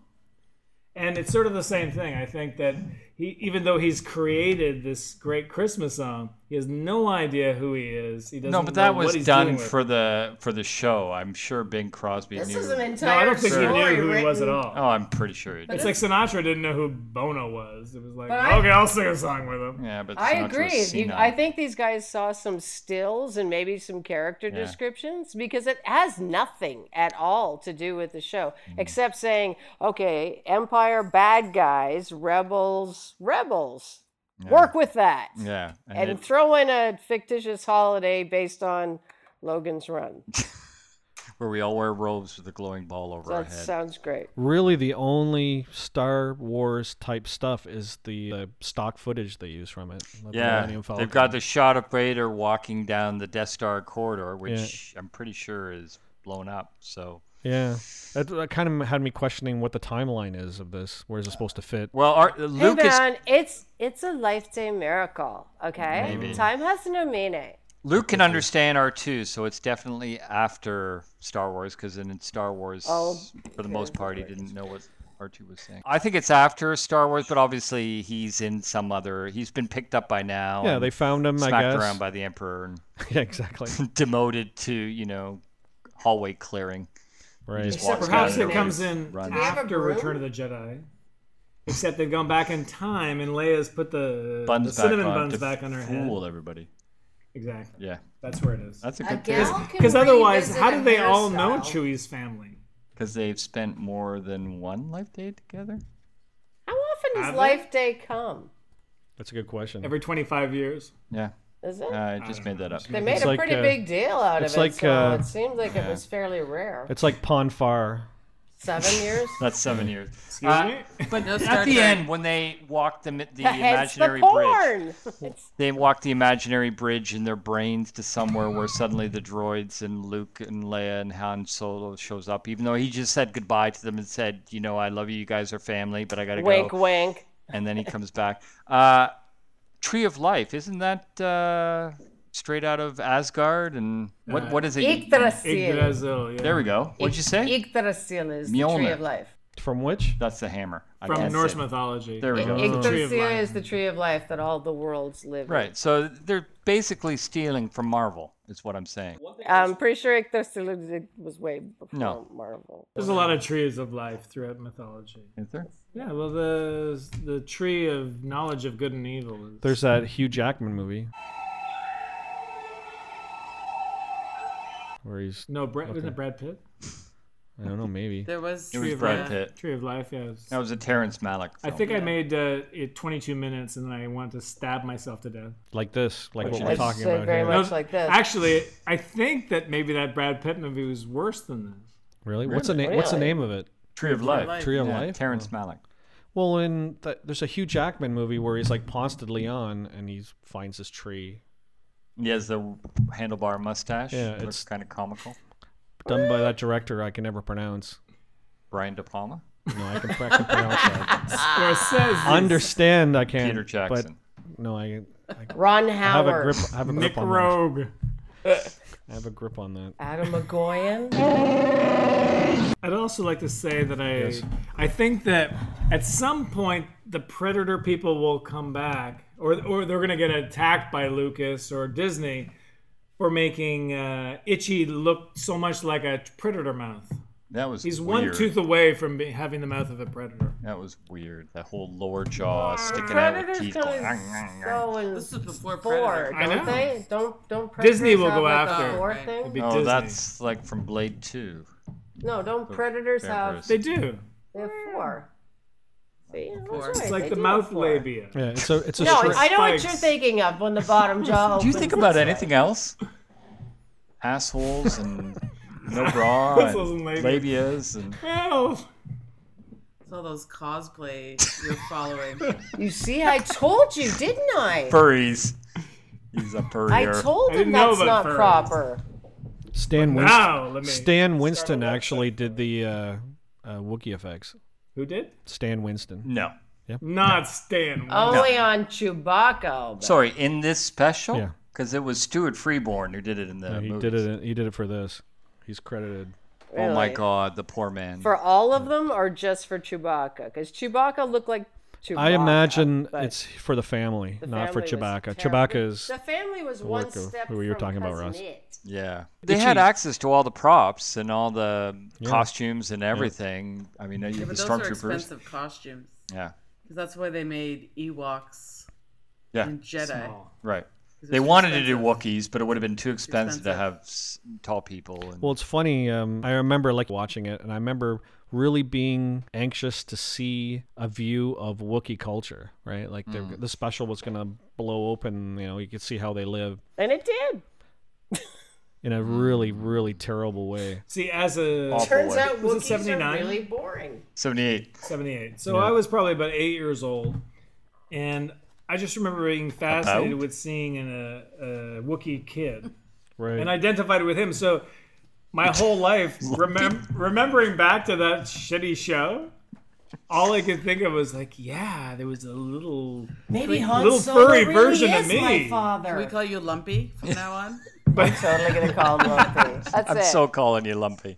[SPEAKER 4] And it's sort of the same thing. I think that he, even though he's created this great Christmas song, he has no idea who he is. He doesn't
[SPEAKER 3] no, but
[SPEAKER 4] know
[SPEAKER 3] that
[SPEAKER 4] what
[SPEAKER 3] was
[SPEAKER 4] he's doing
[SPEAKER 3] done
[SPEAKER 4] with
[SPEAKER 3] for the for the show. I'm sure Bing Crosby
[SPEAKER 2] this
[SPEAKER 3] knew.
[SPEAKER 2] is an
[SPEAKER 4] it. No,
[SPEAKER 2] entire
[SPEAKER 4] I don't think he
[SPEAKER 2] story
[SPEAKER 4] knew who
[SPEAKER 2] written,
[SPEAKER 4] he was at all.
[SPEAKER 3] oh, I'm pretty sure. It
[SPEAKER 4] It's like Sinatra didn't know who Bono was. It was like,
[SPEAKER 2] But I-
[SPEAKER 4] okay, I'll sing a song with him.
[SPEAKER 3] yeah, but
[SPEAKER 2] I
[SPEAKER 3] Sinatra
[SPEAKER 2] agree.
[SPEAKER 3] was
[SPEAKER 2] You,
[SPEAKER 3] senile.
[SPEAKER 2] I think these guys saw some stills and maybe some character descriptions because it has nothing at all to do with the show
[SPEAKER 3] Mm.
[SPEAKER 2] except saying, okay, Empire bad guys, rebels, rebels. Work with that.
[SPEAKER 3] Yeah, and
[SPEAKER 2] And
[SPEAKER 3] it-
[SPEAKER 2] throw in a fictitious holiday based on Logan's Run.
[SPEAKER 3] where we all wear robes with a glowing ball over our
[SPEAKER 2] That
[SPEAKER 3] head.
[SPEAKER 2] sounds great.
[SPEAKER 1] really the only Star Wars type stuff is the uh, stock footage they use from it. the
[SPEAKER 3] Yeah,
[SPEAKER 1] Millennium Falcon.
[SPEAKER 3] they've got the shot of Vader walking down the Death Star corridor, which I'm pretty sure is blown up. So,
[SPEAKER 1] yeah. That, that kind of had me questioning what the timeline is of this. Where's it supposed to fit?
[SPEAKER 3] well, our,
[SPEAKER 2] Hey
[SPEAKER 3] Lucas
[SPEAKER 2] man, it's it's a lifetime miracle. Okay, time has no meaning.
[SPEAKER 3] Luke can understand R2, so it's definitely after Star Wars, because in Star Wars,
[SPEAKER 2] Oh,
[SPEAKER 3] for the most part, he didn't know what R2 was saying. I think it's after Star Wars, but obviously he's in some other. He's been picked up by now.
[SPEAKER 1] Yeah,
[SPEAKER 3] and
[SPEAKER 1] they found him. I
[SPEAKER 3] smacked
[SPEAKER 1] guess.
[SPEAKER 3] around by the Emperor
[SPEAKER 1] yeah, exactly.
[SPEAKER 3] and demoted to, you know, hallway clearing.
[SPEAKER 1] Right.
[SPEAKER 3] Just walks
[SPEAKER 4] Perhaps
[SPEAKER 3] down
[SPEAKER 4] it
[SPEAKER 3] and
[SPEAKER 4] comes in
[SPEAKER 3] runs.
[SPEAKER 4] after Return of the Jedi. Except they've gone back in time, and Leia's put the, the
[SPEAKER 3] Buns back
[SPEAKER 4] cinnamon
[SPEAKER 3] on
[SPEAKER 4] buns
[SPEAKER 3] to
[SPEAKER 4] back on her
[SPEAKER 3] fool
[SPEAKER 4] head.
[SPEAKER 3] everybody.
[SPEAKER 4] Exactly.
[SPEAKER 3] Yeah,
[SPEAKER 4] That's where it is.
[SPEAKER 3] that's a
[SPEAKER 6] A
[SPEAKER 3] good thing.
[SPEAKER 6] gal can
[SPEAKER 4] Because otherwise, how do
[SPEAKER 6] revisit
[SPEAKER 4] they
[SPEAKER 6] a
[SPEAKER 4] all know
[SPEAKER 6] hairstyle.
[SPEAKER 4] Chewie's family?
[SPEAKER 3] Because they've spent more than one life day together.
[SPEAKER 2] How often does
[SPEAKER 4] Have they?
[SPEAKER 2] life day come?
[SPEAKER 1] That's a good question.
[SPEAKER 4] Every 25 years.
[SPEAKER 3] Yeah,
[SPEAKER 2] Is it?
[SPEAKER 3] uh, I just made that up.
[SPEAKER 2] they made
[SPEAKER 1] it's
[SPEAKER 2] a
[SPEAKER 1] like,
[SPEAKER 2] pretty
[SPEAKER 1] uh,
[SPEAKER 2] big deal out
[SPEAKER 1] it's
[SPEAKER 2] of it,
[SPEAKER 1] like,
[SPEAKER 2] so
[SPEAKER 1] uh,
[SPEAKER 2] it seemed like it was fairly rare.
[SPEAKER 1] it's like Pon Far.
[SPEAKER 2] Seven years.
[SPEAKER 3] That's seven years.
[SPEAKER 4] Excuse
[SPEAKER 2] Uh,
[SPEAKER 4] me?
[SPEAKER 3] But
[SPEAKER 6] No Star
[SPEAKER 3] at the
[SPEAKER 6] Trek.
[SPEAKER 3] end, when they walk the, the
[SPEAKER 2] Hence the
[SPEAKER 3] imaginary bridge,
[SPEAKER 2] porn. It's-
[SPEAKER 3] they walk the imaginary bridge in their brains to somewhere where suddenly the droids and Luke and Leia and Han Solo shows up, even though he just said goodbye to them and said, you know, I love you, you guys are family, but I gotta
[SPEAKER 2] wink,
[SPEAKER 3] go.
[SPEAKER 2] wink.
[SPEAKER 3] And then he comes back. Uh, Tree of Life, isn't that uh, straight out of Asgard? And
[SPEAKER 4] Uh,
[SPEAKER 3] what what is it?
[SPEAKER 2] Yggdrasil.
[SPEAKER 4] Yggdrasil, yeah.
[SPEAKER 3] There we go. What'd you say?
[SPEAKER 2] Yggdrasil is the tree
[SPEAKER 3] Mjolnir.
[SPEAKER 2] of life.
[SPEAKER 1] From which?
[SPEAKER 3] That's the hammer. I
[SPEAKER 4] From
[SPEAKER 3] can't
[SPEAKER 4] Norse
[SPEAKER 3] say it.
[SPEAKER 4] mythology.
[SPEAKER 3] There we go.
[SPEAKER 4] Tree of
[SPEAKER 2] Yggdrasil
[SPEAKER 4] life.
[SPEAKER 2] is the tree of life that all the worlds live. in.
[SPEAKER 3] Right. So they're basically stealing from Marvel, is what I'm saying.
[SPEAKER 2] I'm pretty sure Yggdrasil was way before
[SPEAKER 3] No.
[SPEAKER 2] Marvel.
[SPEAKER 4] There's a lot of trees of life throughout mythology.
[SPEAKER 3] Is there?
[SPEAKER 4] Yeah, well, the the tree of knowledge of good and evil. Is,
[SPEAKER 1] There's that Hugh Jackman movie. Where he's,
[SPEAKER 4] no Brad, wasn't it Brad Pitt?
[SPEAKER 1] I don't know, maybe.
[SPEAKER 6] There was.
[SPEAKER 3] It was
[SPEAKER 4] of
[SPEAKER 3] Brad
[SPEAKER 4] Life.
[SPEAKER 3] Pitt.
[SPEAKER 4] Tree of Life, yeah. it's-
[SPEAKER 3] That was a Terrence Malick.
[SPEAKER 4] I
[SPEAKER 3] Film.
[SPEAKER 4] think I made uh, it 22 minutes, and then I wanted to stab myself to death.
[SPEAKER 1] Like this, like what
[SPEAKER 3] Which
[SPEAKER 1] we're
[SPEAKER 3] is-
[SPEAKER 1] talking
[SPEAKER 2] So
[SPEAKER 1] about
[SPEAKER 2] very
[SPEAKER 1] here.
[SPEAKER 2] much like this.
[SPEAKER 4] Actually, I think that maybe that Brad Pitt movie was worse than this.
[SPEAKER 1] Really? What's the name? What's the
[SPEAKER 2] Really?
[SPEAKER 1] name of it?
[SPEAKER 3] Tree of Life.
[SPEAKER 1] Tree of
[SPEAKER 3] Yeah,
[SPEAKER 1] Life. Oh.
[SPEAKER 4] Oh.
[SPEAKER 3] Terrence Malick.
[SPEAKER 1] Well, in the, there's a Hugh Jackman movie where he's like Ponce de Leon and he finds this tree
[SPEAKER 3] He has the handlebar mustache.
[SPEAKER 1] Yeah,
[SPEAKER 3] Looks
[SPEAKER 1] it's-
[SPEAKER 3] kind of comical.
[SPEAKER 1] done by that director I can never pronounce.
[SPEAKER 3] Brian De Palma.
[SPEAKER 1] No, I can, I can pronounce that.
[SPEAKER 4] Or says
[SPEAKER 1] Understand? I can't.
[SPEAKER 3] Peter Jackson.
[SPEAKER 1] But no, I,
[SPEAKER 2] Ron
[SPEAKER 1] I have a
[SPEAKER 2] Howard.
[SPEAKER 1] grip. I have a grip
[SPEAKER 4] Nick
[SPEAKER 1] on that.
[SPEAKER 4] Rogue.
[SPEAKER 1] I have a grip on that.
[SPEAKER 2] Adam McGoyan.
[SPEAKER 4] I'd also like to say that I I think that at some point the Predator people will come back, or or they're gonna get attacked by Lucas or Disney for making uh, Itchy look so much like a Predator mouth.
[SPEAKER 3] That was
[SPEAKER 4] He's
[SPEAKER 3] weird.
[SPEAKER 4] one tooth away from be- having the mouth of a predator.
[SPEAKER 3] That was weird. That whole lower jaw sticking out with
[SPEAKER 2] Predators
[SPEAKER 3] teeth.
[SPEAKER 2] come
[SPEAKER 3] going,
[SPEAKER 2] in
[SPEAKER 3] "Ang, ang, ang."
[SPEAKER 2] so in
[SPEAKER 6] This is before
[SPEAKER 2] four,
[SPEAKER 6] Predator.
[SPEAKER 4] I
[SPEAKER 2] don't
[SPEAKER 4] know.
[SPEAKER 2] they? Don't don't predators
[SPEAKER 4] Disney will
[SPEAKER 2] have
[SPEAKER 4] go
[SPEAKER 2] like
[SPEAKER 4] after.
[SPEAKER 2] a four
[SPEAKER 6] Right.
[SPEAKER 2] thing?
[SPEAKER 4] It'd be
[SPEAKER 3] Oh,
[SPEAKER 4] Disney.
[SPEAKER 3] that's like from Blade Two.
[SPEAKER 2] No, don't predators
[SPEAKER 3] Bear
[SPEAKER 2] have
[SPEAKER 3] Grylls.
[SPEAKER 4] They do.
[SPEAKER 2] they have four. See, that's
[SPEAKER 6] Four.
[SPEAKER 2] right,
[SPEAKER 6] It's
[SPEAKER 4] It's
[SPEAKER 2] they
[SPEAKER 4] like the
[SPEAKER 2] do
[SPEAKER 4] mouth
[SPEAKER 2] have four.
[SPEAKER 4] labia.
[SPEAKER 1] Yeah, it's a it's a
[SPEAKER 2] No,
[SPEAKER 1] straight-
[SPEAKER 2] I know what you're
[SPEAKER 4] spikes.
[SPEAKER 2] thinking of when the bottom jaw.
[SPEAKER 3] Do you
[SPEAKER 6] Oh
[SPEAKER 2] opens.
[SPEAKER 3] think about anything else? Assholes and no bra and
[SPEAKER 4] Assholes and
[SPEAKER 3] labias and
[SPEAKER 4] Well,
[SPEAKER 6] It's all those cosplay you're following.
[SPEAKER 2] You see, I told you, didn't I?
[SPEAKER 3] furries. He's a
[SPEAKER 2] I
[SPEAKER 3] furrier.
[SPEAKER 2] told
[SPEAKER 4] I
[SPEAKER 2] him
[SPEAKER 4] didn't know
[SPEAKER 2] that's not
[SPEAKER 4] about furries.
[SPEAKER 2] proper.
[SPEAKER 1] Stan Winston.
[SPEAKER 4] now let me.
[SPEAKER 1] Stan Winston actually did the uh, uh, Wookiee effects.
[SPEAKER 4] Who did?
[SPEAKER 1] Stan Winston.
[SPEAKER 3] no.
[SPEAKER 4] Not Stan.
[SPEAKER 2] Only on Chewbacca. but-
[SPEAKER 3] Sorry, in this special?
[SPEAKER 1] Yeah.
[SPEAKER 3] Because it was Stuart Freeborn who did it in the
[SPEAKER 1] Uh, he
[SPEAKER 3] movies.
[SPEAKER 1] did it. He did it for this. He's credited.
[SPEAKER 3] Oh my
[SPEAKER 2] Really?
[SPEAKER 3] god, the poor man.
[SPEAKER 2] For all of them, or just for Chewbacca? Because Chewbacca looked like Chewbacca.
[SPEAKER 1] I imagine
[SPEAKER 2] but
[SPEAKER 1] it's for the family,
[SPEAKER 2] the
[SPEAKER 1] not for
[SPEAKER 2] family was
[SPEAKER 1] Chewbacca.
[SPEAKER 2] terrible.
[SPEAKER 1] Chewbacca is
[SPEAKER 2] the family was one
[SPEAKER 1] work of
[SPEAKER 2] step
[SPEAKER 1] who you were
[SPEAKER 2] from
[SPEAKER 1] talking about,
[SPEAKER 2] cousin
[SPEAKER 1] Ross.
[SPEAKER 2] It.
[SPEAKER 3] yeah. They had access to all the props and all the costumes and everything. I mean,
[SPEAKER 6] Yeah,
[SPEAKER 3] the
[SPEAKER 6] but those are
[SPEAKER 3] stormtroopers.
[SPEAKER 6] expensive costumes.
[SPEAKER 3] Yeah.
[SPEAKER 6] Because that's why they made Ewoks
[SPEAKER 3] Yeah.
[SPEAKER 6] and Jedi.
[SPEAKER 3] Right.
[SPEAKER 6] it
[SPEAKER 3] They
[SPEAKER 6] was
[SPEAKER 3] wanted to do
[SPEAKER 6] expensive.
[SPEAKER 3] Wookiees, but it would have been too expensive, to
[SPEAKER 6] Expensive.
[SPEAKER 3] have s- tall people. And,
[SPEAKER 1] Well, it's funny. Um, I remember like watching it, and I remember really being anxious to see a view of Wookiee culture, right? Like they're the special was going to blow open. You know, you could see how they live
[SPEAKER 2] And it did.
[SPEAKER 1] in a really, really terrible way.
[SPEAKER 4] See, as a
[SPEAKER 3] Awful.
[SPEAKER 2] Turns
[SPEAKER 3] boy.
[SPEAKER 2] out
[SPEAKER 4] Was it
[SPEAKER 2] Wookiees are
[SPEAKER 4] 79?
[SPEAKER 2] really boring.
[SPEAKER 3] 78.
[SPEAKER 4] 78. So I was probably about eight years old, and I just remember being fascinated
[SPEAKER 3] About?
[SPEAKER 4] with seeing an, uh, a Wookiee kid
[SPEAKER 1] Right.
[SPEAKER 4] and identified with him. So my whole life, remem- remembering back to that shitty show, all I could think of was like, yeah, there was a little.
[SPEAKER 2] Maybe Han
[SPEAKER 4] little
[SPEAKER 2] Solo
[SPEAKER 4] furry
[SPEAKER 2] really
[SPEAKER 4] version of
[SPEAKER 2] is
[SPEAKER 4] me.
[SPEAKER 2] my
[SPEAKER 6] Can we
[SPEAKER 2] father.
[SPEAKER 6] call you Lumpy from now on?
[SPEAKER 4] But
[SPEAKER 2] totally gonna call him Lumpy. That's
[SPEAKER 3] I'm
[SPEAKER 2] it.
[SPEAKER 3] so calling you lumpy.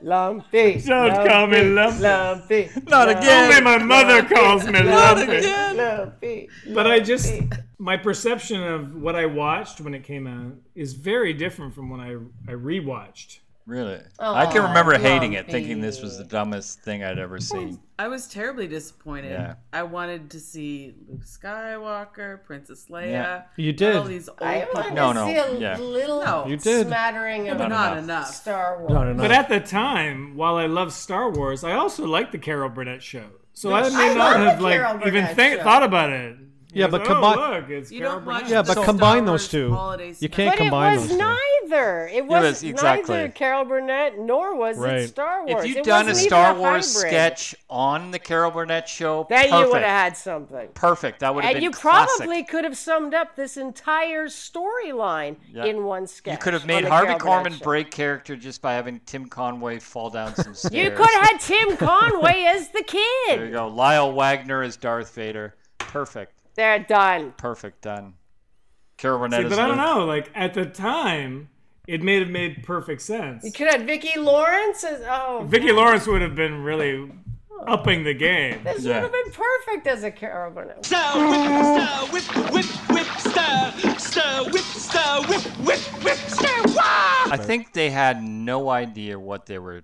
[SPEAKER 2] Lumpy.
[SPEAKER 4] Don't call me Lumpy.
[SPEAKER 2] Lumpy.
[SPEAKER 3] Not
[SPEAKER 4] only
[SPEAKER 3] again.
[SPEAKER 4] my mother calls me Lumpy.
[SPEAKER 2] Lumpy.
[SPEAKER 4] But I just my perception of what I watched when it came out is very different from when I I rewatched.
[SPEAKER 3] Really? I can
[SPEAKER 2] Aw,
[SPEAKER 3] remember hating it, thinking this was the dumbest thing I'd ever seen.
[SPEAKER 6] I was terribly disappointed.
[SPEAKER 3] Yeah.
[SPEAKER 6] I wanted to see Luke Skywalker, Princess Leia.
[SPEAKER 3] Yeah.
[SPEAKER 1] You
[SPEAKER 6] not
[SPEAKER 1] did.
[SPEAKER 6] All these old
[SPEAKER 2] I
[SPEAKER 6] people.
[SPEAKER 2] want
[SPEAKER 3] No,
[SPEAKER 2] to
[SPEAKER 3] no,
[SPEAKER 2] see a
[SPEAKER 3] yeah.
[SPEAKER 2] little
[SPEAKER 6] No. You
[SPEAKER 1] did.
[SPEAKER 2] smattering of
[SPEAKER 6] Not,
[SPEAKER 3] Not
[SPEAKER 6] enough.
[SPEAKER 2] Star Wars.
[SPEAKER 1] No, no, no.
[SPEAKER 4] But at the time, while I loved Star Wars, I also liked the Carol Burnett show. So I
[SPEAKER 6] Yes.
[SPEAKER 4] may
[SPEAKER 6] I
[SPEAKER 4] not
[SPEAKER 2] love
[SPEAKER 4] have
[SPEAKER 2] the Carol
[SPEAKER 4] like
[SPEAKER 2] Burnett
[SPEAKER 4] even think,
[SPEAKER 2] show.
[SPEAKER 4] thought about it.
[SPEAKER 1] Yeah,
[SPEAKER 4] It was,
[SPEAKER 1] but
[SPEAKER 4] oh,
[SPEAKER 1] combi-
[SPEAKER 4] look, it's
[SPEAKER 6] You
[SPEAKER 4] Carol
[SPEAKER 6] don't watch
[SPEAKER 4] Burnett.
[SPEAKER 1] yeah, but
[SPEAKER 6] Star
[SPEAKER 1] combine
[SPEAKER 6] Wars
[SPEAKER 1] those two.
[SPEAKER 6] holiday
[SPEAKER 1] You
[SPEAKER 6] special.
[SPEAKER 1] can't
[SPEAKER 2] But it
[SPEAKER 1] combine
[SPEAKER 2] was
[SPEAKER 1] those. two.
[SPEAKER 2] neither. It was,
[SPEAKER 3] was- exactly.
[SPEAKER 2] neither Carol Burnett nor was
[SPEAKER 1] Right.
[SPEAKER 2] it Star Wars.
[SPEAKER 3] If you
[SPEAKER 2] It
[SPEAKER 3] had done a
[SPEAKER 2] wasn't even
[SPEAKER 3] Star Wars
[SPEAKER 2] hybrid.
[SPEAKER 3] sketch on the Carol Burnett show,
[SPEAKER 2] then
[SPEAKER 3] perfect.
[SPEAKER 2] you would have had something.
[SPEAKER 3] Perfect. That would have
[SPEAKER 2] And
[SPEAKER 3] been
[SPEAKER 2] you
[SPEAKER 3] classic.
[SPEAKER 2] probably could have summed up this entire storyline
[SPEAKER 3] Yeah.
[SPEAKER 2] in one sketch.
[SPEAKER 3] You could have
[SPEAKER 2] on
[SPEAKER 3] made
[SPEAKER 2] the
[SPEAKER 3] Harvey
[SPEAKER 2] Carol
[SPEAKER 3] Korman
[SPEAKER 2] Burnett show.
[SPEAKER 3] break character just by having Tim Conway fall down some stairs.
[SPEAKER 2] You could have had Tim Conway as the
[SPEAKER 3] There you
[SPEAKER 2] kid.
[SPEAKER 3] go. Lyle Wagner as Darth Vader. Perfect.
[SPEAKER 2] They're done.
[SPEAKER 3] Perfect. Done. Carol Burnett
[SPEAKER 4] See,
[SPEAKER 3] is
[SPEAKER 4] but I don't
[SPEAKER 3] Luke.
[SPEAKER 4] know. Like at the time, it may have made perfect sense.
[SPEAKER 2] You could have Vicki Lawrence as oh,
[SPEAKER 4] Vicki Lawrence would have been really upping the game.
[SPEAKER 2] this
[SPEAKER 3] Yeah.
[SPEAKER 2] would have been perfect as a oh, Carol Burnett.
[SPEAKER 8] Stir, whip, stir, whip, whip, whip, stir, stir, whip, stir, whip, whip, whip, stir, wow!
[SPEAKER 3] I think they had no idea what they were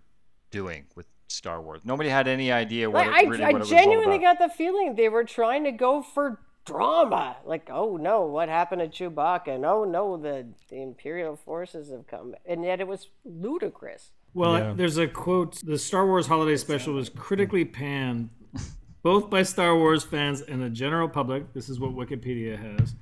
[SPEAKER 3] doing with Star Wars. Nobody had any idea what
[SPEAKER 2] Like,
[SPEAKER 3] it, really
[SPEAKER 2] I,
[SPEAKER 3] what it
[SPEAKER 2] I
[SPEAKER 3] was all
[SPEAKER 2] genuinely
[SPEAKER 3] about.
[SPEAKER 2] got the feeling they were trying to go for drama. Like, oh no, what happened to Chewbacca? And oh no, the, the Imperial forces have come. And yet it was ludicrous.
[SPEAKER 4] Well, there's a quote the Star Wars holiday special was critically panned both by Star Wars fans and the general public. This is what Wikipedia has.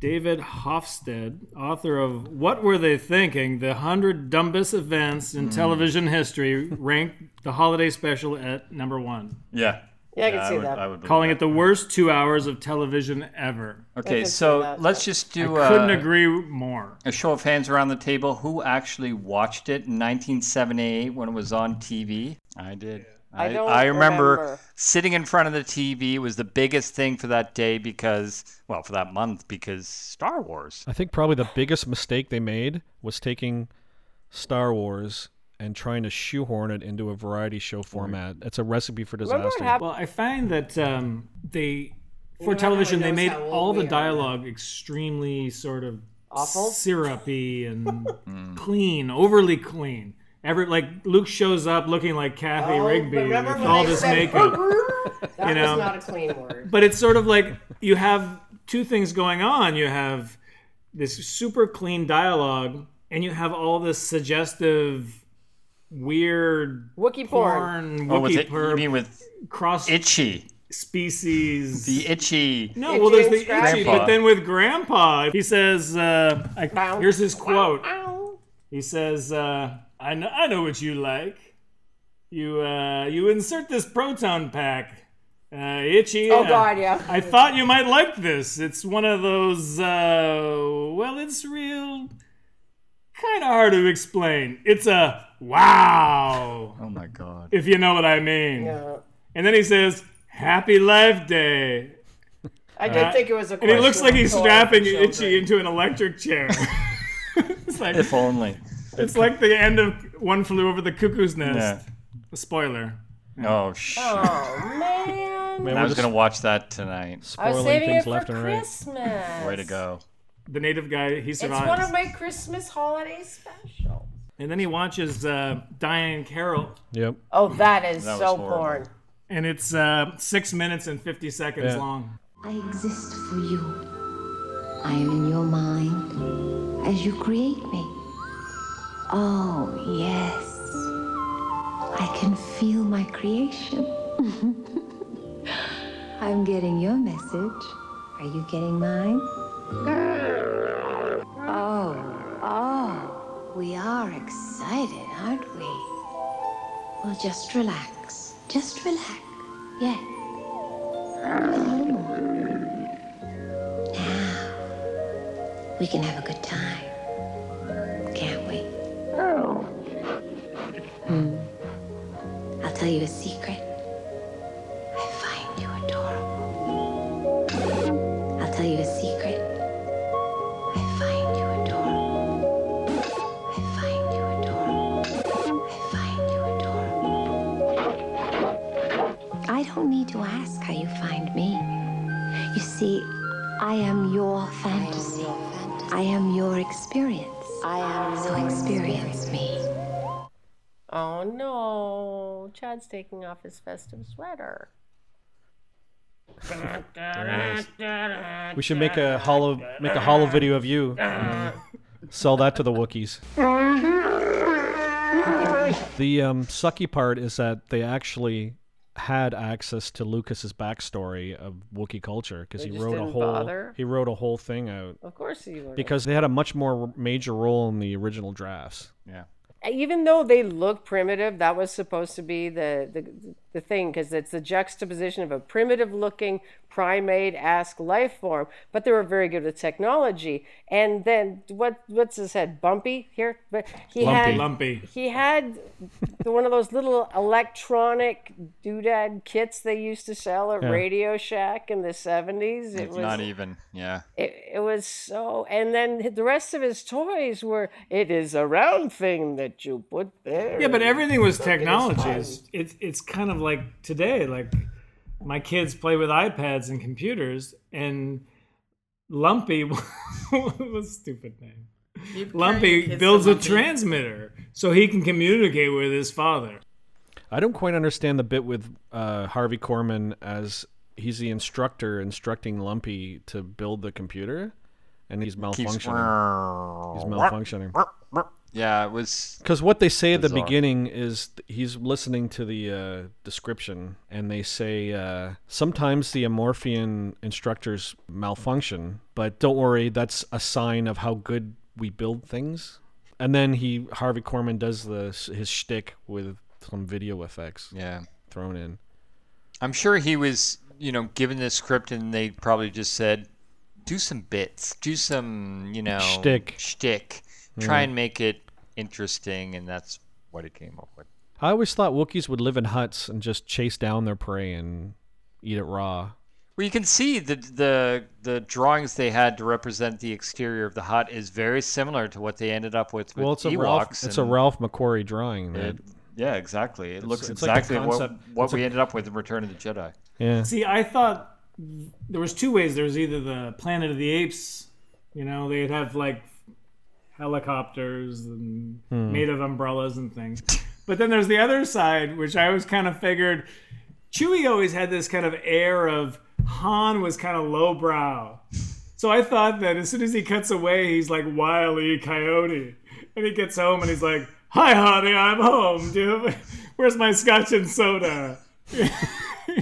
[SPEAKER 4] David Hofstede, author of What Were They Thinking? The 100 Dumbest Events in Television History, ranked the holiday special at number one,
[SPEAKER 3] Yeah.
[SPEAKER 2] Yeah, I can
[SPEAKER 3] I
[SPEAKER 2] see
[SPEAKER 3] would-
[SPEAKER 2] that.
[SPEAKER 3] I would believe
[SPEAKER 4] calling
[SPEAKER 3] that.
[SPEAKER 4] it the worst two hours of television ever.
[SPEAKER 3] Okay,
[SPEAKER 2] can see
[SPEAKER 3] so
[SPEAKER 2] that.
[SPEAKER 3] let's just do
[SPEAKER 4] Couldn't
[SPEAKER 3] uh,
[SPEAKER 4] agree more.
[SPEAKER 3] a show of hands around the table. Who actually watched it in 1978 when it was on TV? I did. I,
[SPEAKER 2] don't
[SPEAKER 3] I remember,
[SPEAKER 2] remember.
[SPEAKER 3] sitting in front of the TV was the biggest thing for that day because, well, for that month because Star Wars.
[SPEAKER 1] I think probably the biggest mistake they made was taking Star Wars and trying to shoehorn it into a variety show format. It's a recipe for
[SPEAKER 2] Remember what
[SPEAKER 1] disaster.
[SPEAKER 2] happened?
[SPEAKER 4] Well, I find that um, they, for television, they made all the dialogue extremely sort of
[SPEAKER 2] Awful? Mm.
[SPEAKER 4] syrupy and clean, overly clean. Every like Luke shows up looking like Kathy
[SPEAKER 2] Oh,
[SPEAKER 4] Rigby
[SPEAKER 2] remember
[SPEAKER 4] with
[SPEAKER 2] when
[SPEAKER 4] all
[SPEAKER 2] I
[SPEAKER 4] this
[SPEAKER 2] said
[SPEAKER 4] makeup.
[SPEAKER 2] That
[SPEAKER 4] You know.
[SPEAKER 2] was not a clean word.
[SPEAKER 4] but it's sort of like you have two things going on. You have this super clean dialogue, and you have all this suggestive, weird
[SPEAKER 2] Wookie porn.
[SPEAKER 4] porn,
[SPEAKER 3] Oh, with
[SPEAKER 4] Wookiee
[SPEAKER 3] it, you
[SPEAKER 4] perp,
[SPEAKER 3] mean with
[SPEAKER 4] cross
[SPEAKER 3] itchy?
[SPEAKER 4] species.
[SPEAKER 3] The itchy.
[SPEAKER 4] no,
[SPEAKER 2] Itchy
[SPEAKER 4] well, there's
[SPEAKER 2] and
[SPEAKER 4] the itchy,
[SPEAKER 2] scratchy.
[SPEAKER 4] but then with Grandpa, he says, uh, I,
[SPEAKER 2] Bow.
[SPEAKER 4] here's his quote.
[SPEAKER 2] Ow.
[SPEAKER 4] He says, uh, I, know, I know what you like. You, uh, you insert this proton pack. Uh, itchy.
[SPEAKER 2] Oh
[SPEAKER 4] uh,
[SPEAKER 2] God, yeah.
[SPEAKER 4] I thought you might like this. It's one of those, uh, well, it's real. Kind of hard to explain. It's a wow,
[SPEAKER 3] Oh my god.
[SPEAKER 4] if you know what I mean.
[SPEAKER 2] Yeah.
[SPEAKER 4] And then he says, Happy Life Day.
[SPEAKER 2] I did think it was a.
[SPEAKER 4] And he looks like he's
[SPEAKER 2] questionable
[SPEAKER 4] strapping
[SPEAKER 2] children.
[SPEAKER 4] Itchy into an electric chair. it's, like,
[SPEAKER 3] If only.
[SPEAKER 4] it's like the end of One Flew Over the Cuckoo's Nest.
[SPEAKER 3] Yeah.
[SPEAKER 4] Spoiler.
[SPEAKER 3] Oh shit.
[SPEAKER 2] Oh man.
[SPEAKER 3] I
[SPEAKER 1] Man, we're
[SPEAKER 3] was
[SPEAKER 1] just
[SPEAKER 3] gonna watch that tonight.
[SPEAKER 2] I was
[SPEAKER 1] spoiling
[SPEAKER 2] saving it
[SPEAKER 1] things
[SPEAKER 2] for
[SPEAKER 1] left and right.
[SPEAKER 2] Christmas.
[SPEAKER 3] Way to go.
[SPEAKER 4] The native guy, he
[SPEAKER 2] It's
[SPEAKER 4] survives.
[SPEAKER 2] one of my Christmas holiday specials.
[SPEAKER 4] and then he watches uh, Diane Carroll
[SPEAKER 1] Yep.
[SPEAKER 2] Oh, that is
[SPEAKER 3] That was
[SPEAKER 2] so
[SPEAKER 3] horrible.
[SPEAKER 2] porn.
[SPEAKER 4] and it's uh, six minutes and 50 seconds
[SPEAKER 1] Yeah.
[SPEAKER 4] long.
[SPEAKER 9] I exist for you. I am in your mind as you create me. Oh, yes. I can feel my creation. I'm getting your message. Are you getting mine? Oh, oh, we are excited, aren't we? Well, just relax. Just relax. Yes. We can have a good time, can't we? Hmm. I'll tell you a secret. I find you adorable. I'll tell you a secret. I find you adorable. I find you adorable. I find you adorable. I don't need to ask how you find me. You see, I am your fantasy. I am your experience. I am so experience me.
[SPEAKER 2] Oh no. Chad's taking off his festive sweater.
[SPEAKER 1] There it is. We should make a hollow make a hollow video of you. Sell that to the Wookiees. The um, sucky part is that they actually had access to Lucas's backstory of Wookiee culture because
[SPEAKER 2] They
[SPEAKER 1] he
[SPEAKER 2] just
[SPEAKER 1] wrote a
[SPEAKER 2] didn't
[SPEAKER 1] whole
[SPEAKER 2] bother?
[SPEAKER 1] he wrote a whole thing out
[SPEAKER 2] Of course he would.
[SPEAKER 1] because they had a much more major role in the original drafts.
[SPEAKER 3] Yeah.
[SPEAKER 2] even though they look primitive, that was supposed to be the the, the thing because it's the juxtaposition of a primitive looking primate esque life form, but they were very good with technology. And then what what's his head? Bumpy here, but he had
[SPEAKER 4] Lumpy.
[SPEAKER 2] he had the- one of those little electronic doodad kits they used to sell at Radio Shack in the seventies. It was
[SPEAKER 3] Not e-, even. Yeah.
[SPEAKER 2] it, it was so and then the rest of his toys were it is a round thing that you put there
[SPEAKER 4] Yeah, but everything was technology. It's, it's it's kind of like today. Like my kids play with iPads and computers, and Lumpy was a stupid name.
[SPEAKER 6] You'd carry your kids
[SPEAKER 4] Lumpy
[SPEAKER 6] to
[SPEAKER 4] builds a
[SPEAKER 6] Lumpy.
[SPEAKER 4] transmitter so he can communicate with his father.
[SPEAKER 1] I don't quite understand the bit with uh, Harvey Korman as he's the instructor instructing Lumpy to build the computer, and he's
[SPEAKER 3] Keeps.
[SPEAKER 1] malfunctioning. He's malfunctioning.
[SPEAKER 3] Yeah, it was.
[SPEAKER 1] Because what they say at the
[SPEAKER 3] Bizarre.
[SPEAKER 1] beginning is th- he's listening to the uh, description, and they say uh, sometimes the Amorphian instructors malfunction, but don't worry, that's a sign of how good we build things. And then he Harvey Korman does the s- his shtick with some video effects
[SPEAKER 3] Yeah.
[SPEAKER 1] thrown in.
[SPEAKER 3] I'm sure he was, you know, given this script and they probably just said, do some bits, do some, you know,
[SPEAKER 1] Shtick. Mm-hmm.
[SPEAKER 3] shtick. Try and make it interesting, and that's what it came up with.
[SPEAKER 1] I always thought Wookiees would live in huts and just chase down their prey and eat it raw.
[SPEAKER 3] Well, you can see the the the drawings they had to represent the exterior of the hut is very similar to what they ended up with. with
[SPEAKER 1] Well, it's a
[SPEAKER 3] Ewoks
[SPEAKER 1] Ralph. It's a
[SPEAKER 3] and-
[SPEAKER 1] Ralph McQuarrie drawing. That,
[SPEAKER 3] Yeah, exactly. It looks
[SPEAKER 1] it's like a
[SPEAKER 3] exactly what
[SPEAKER 1] concept-
[SPEAKER 3] what
[SPEAKER 1] it's a-
[SPEAKER 3] we ended up with in Return of the Jedi.
[SPEAKER 1] yeah.
[SPEAKER 4] See, I thought there was two ways. There was either the Planet of the Apes, you know, they'd have like helicopters and made of umbrellas and things. But then there's the other side, which I was kind of figured. Chewie always had this kind of air of Han was kind of lowbrow. So I thought that as soon as he cuts away, he's like wily coyote, and he gets home and he's like, "Hi, honey, I'm home. Do you have- where's my scotch and soda?"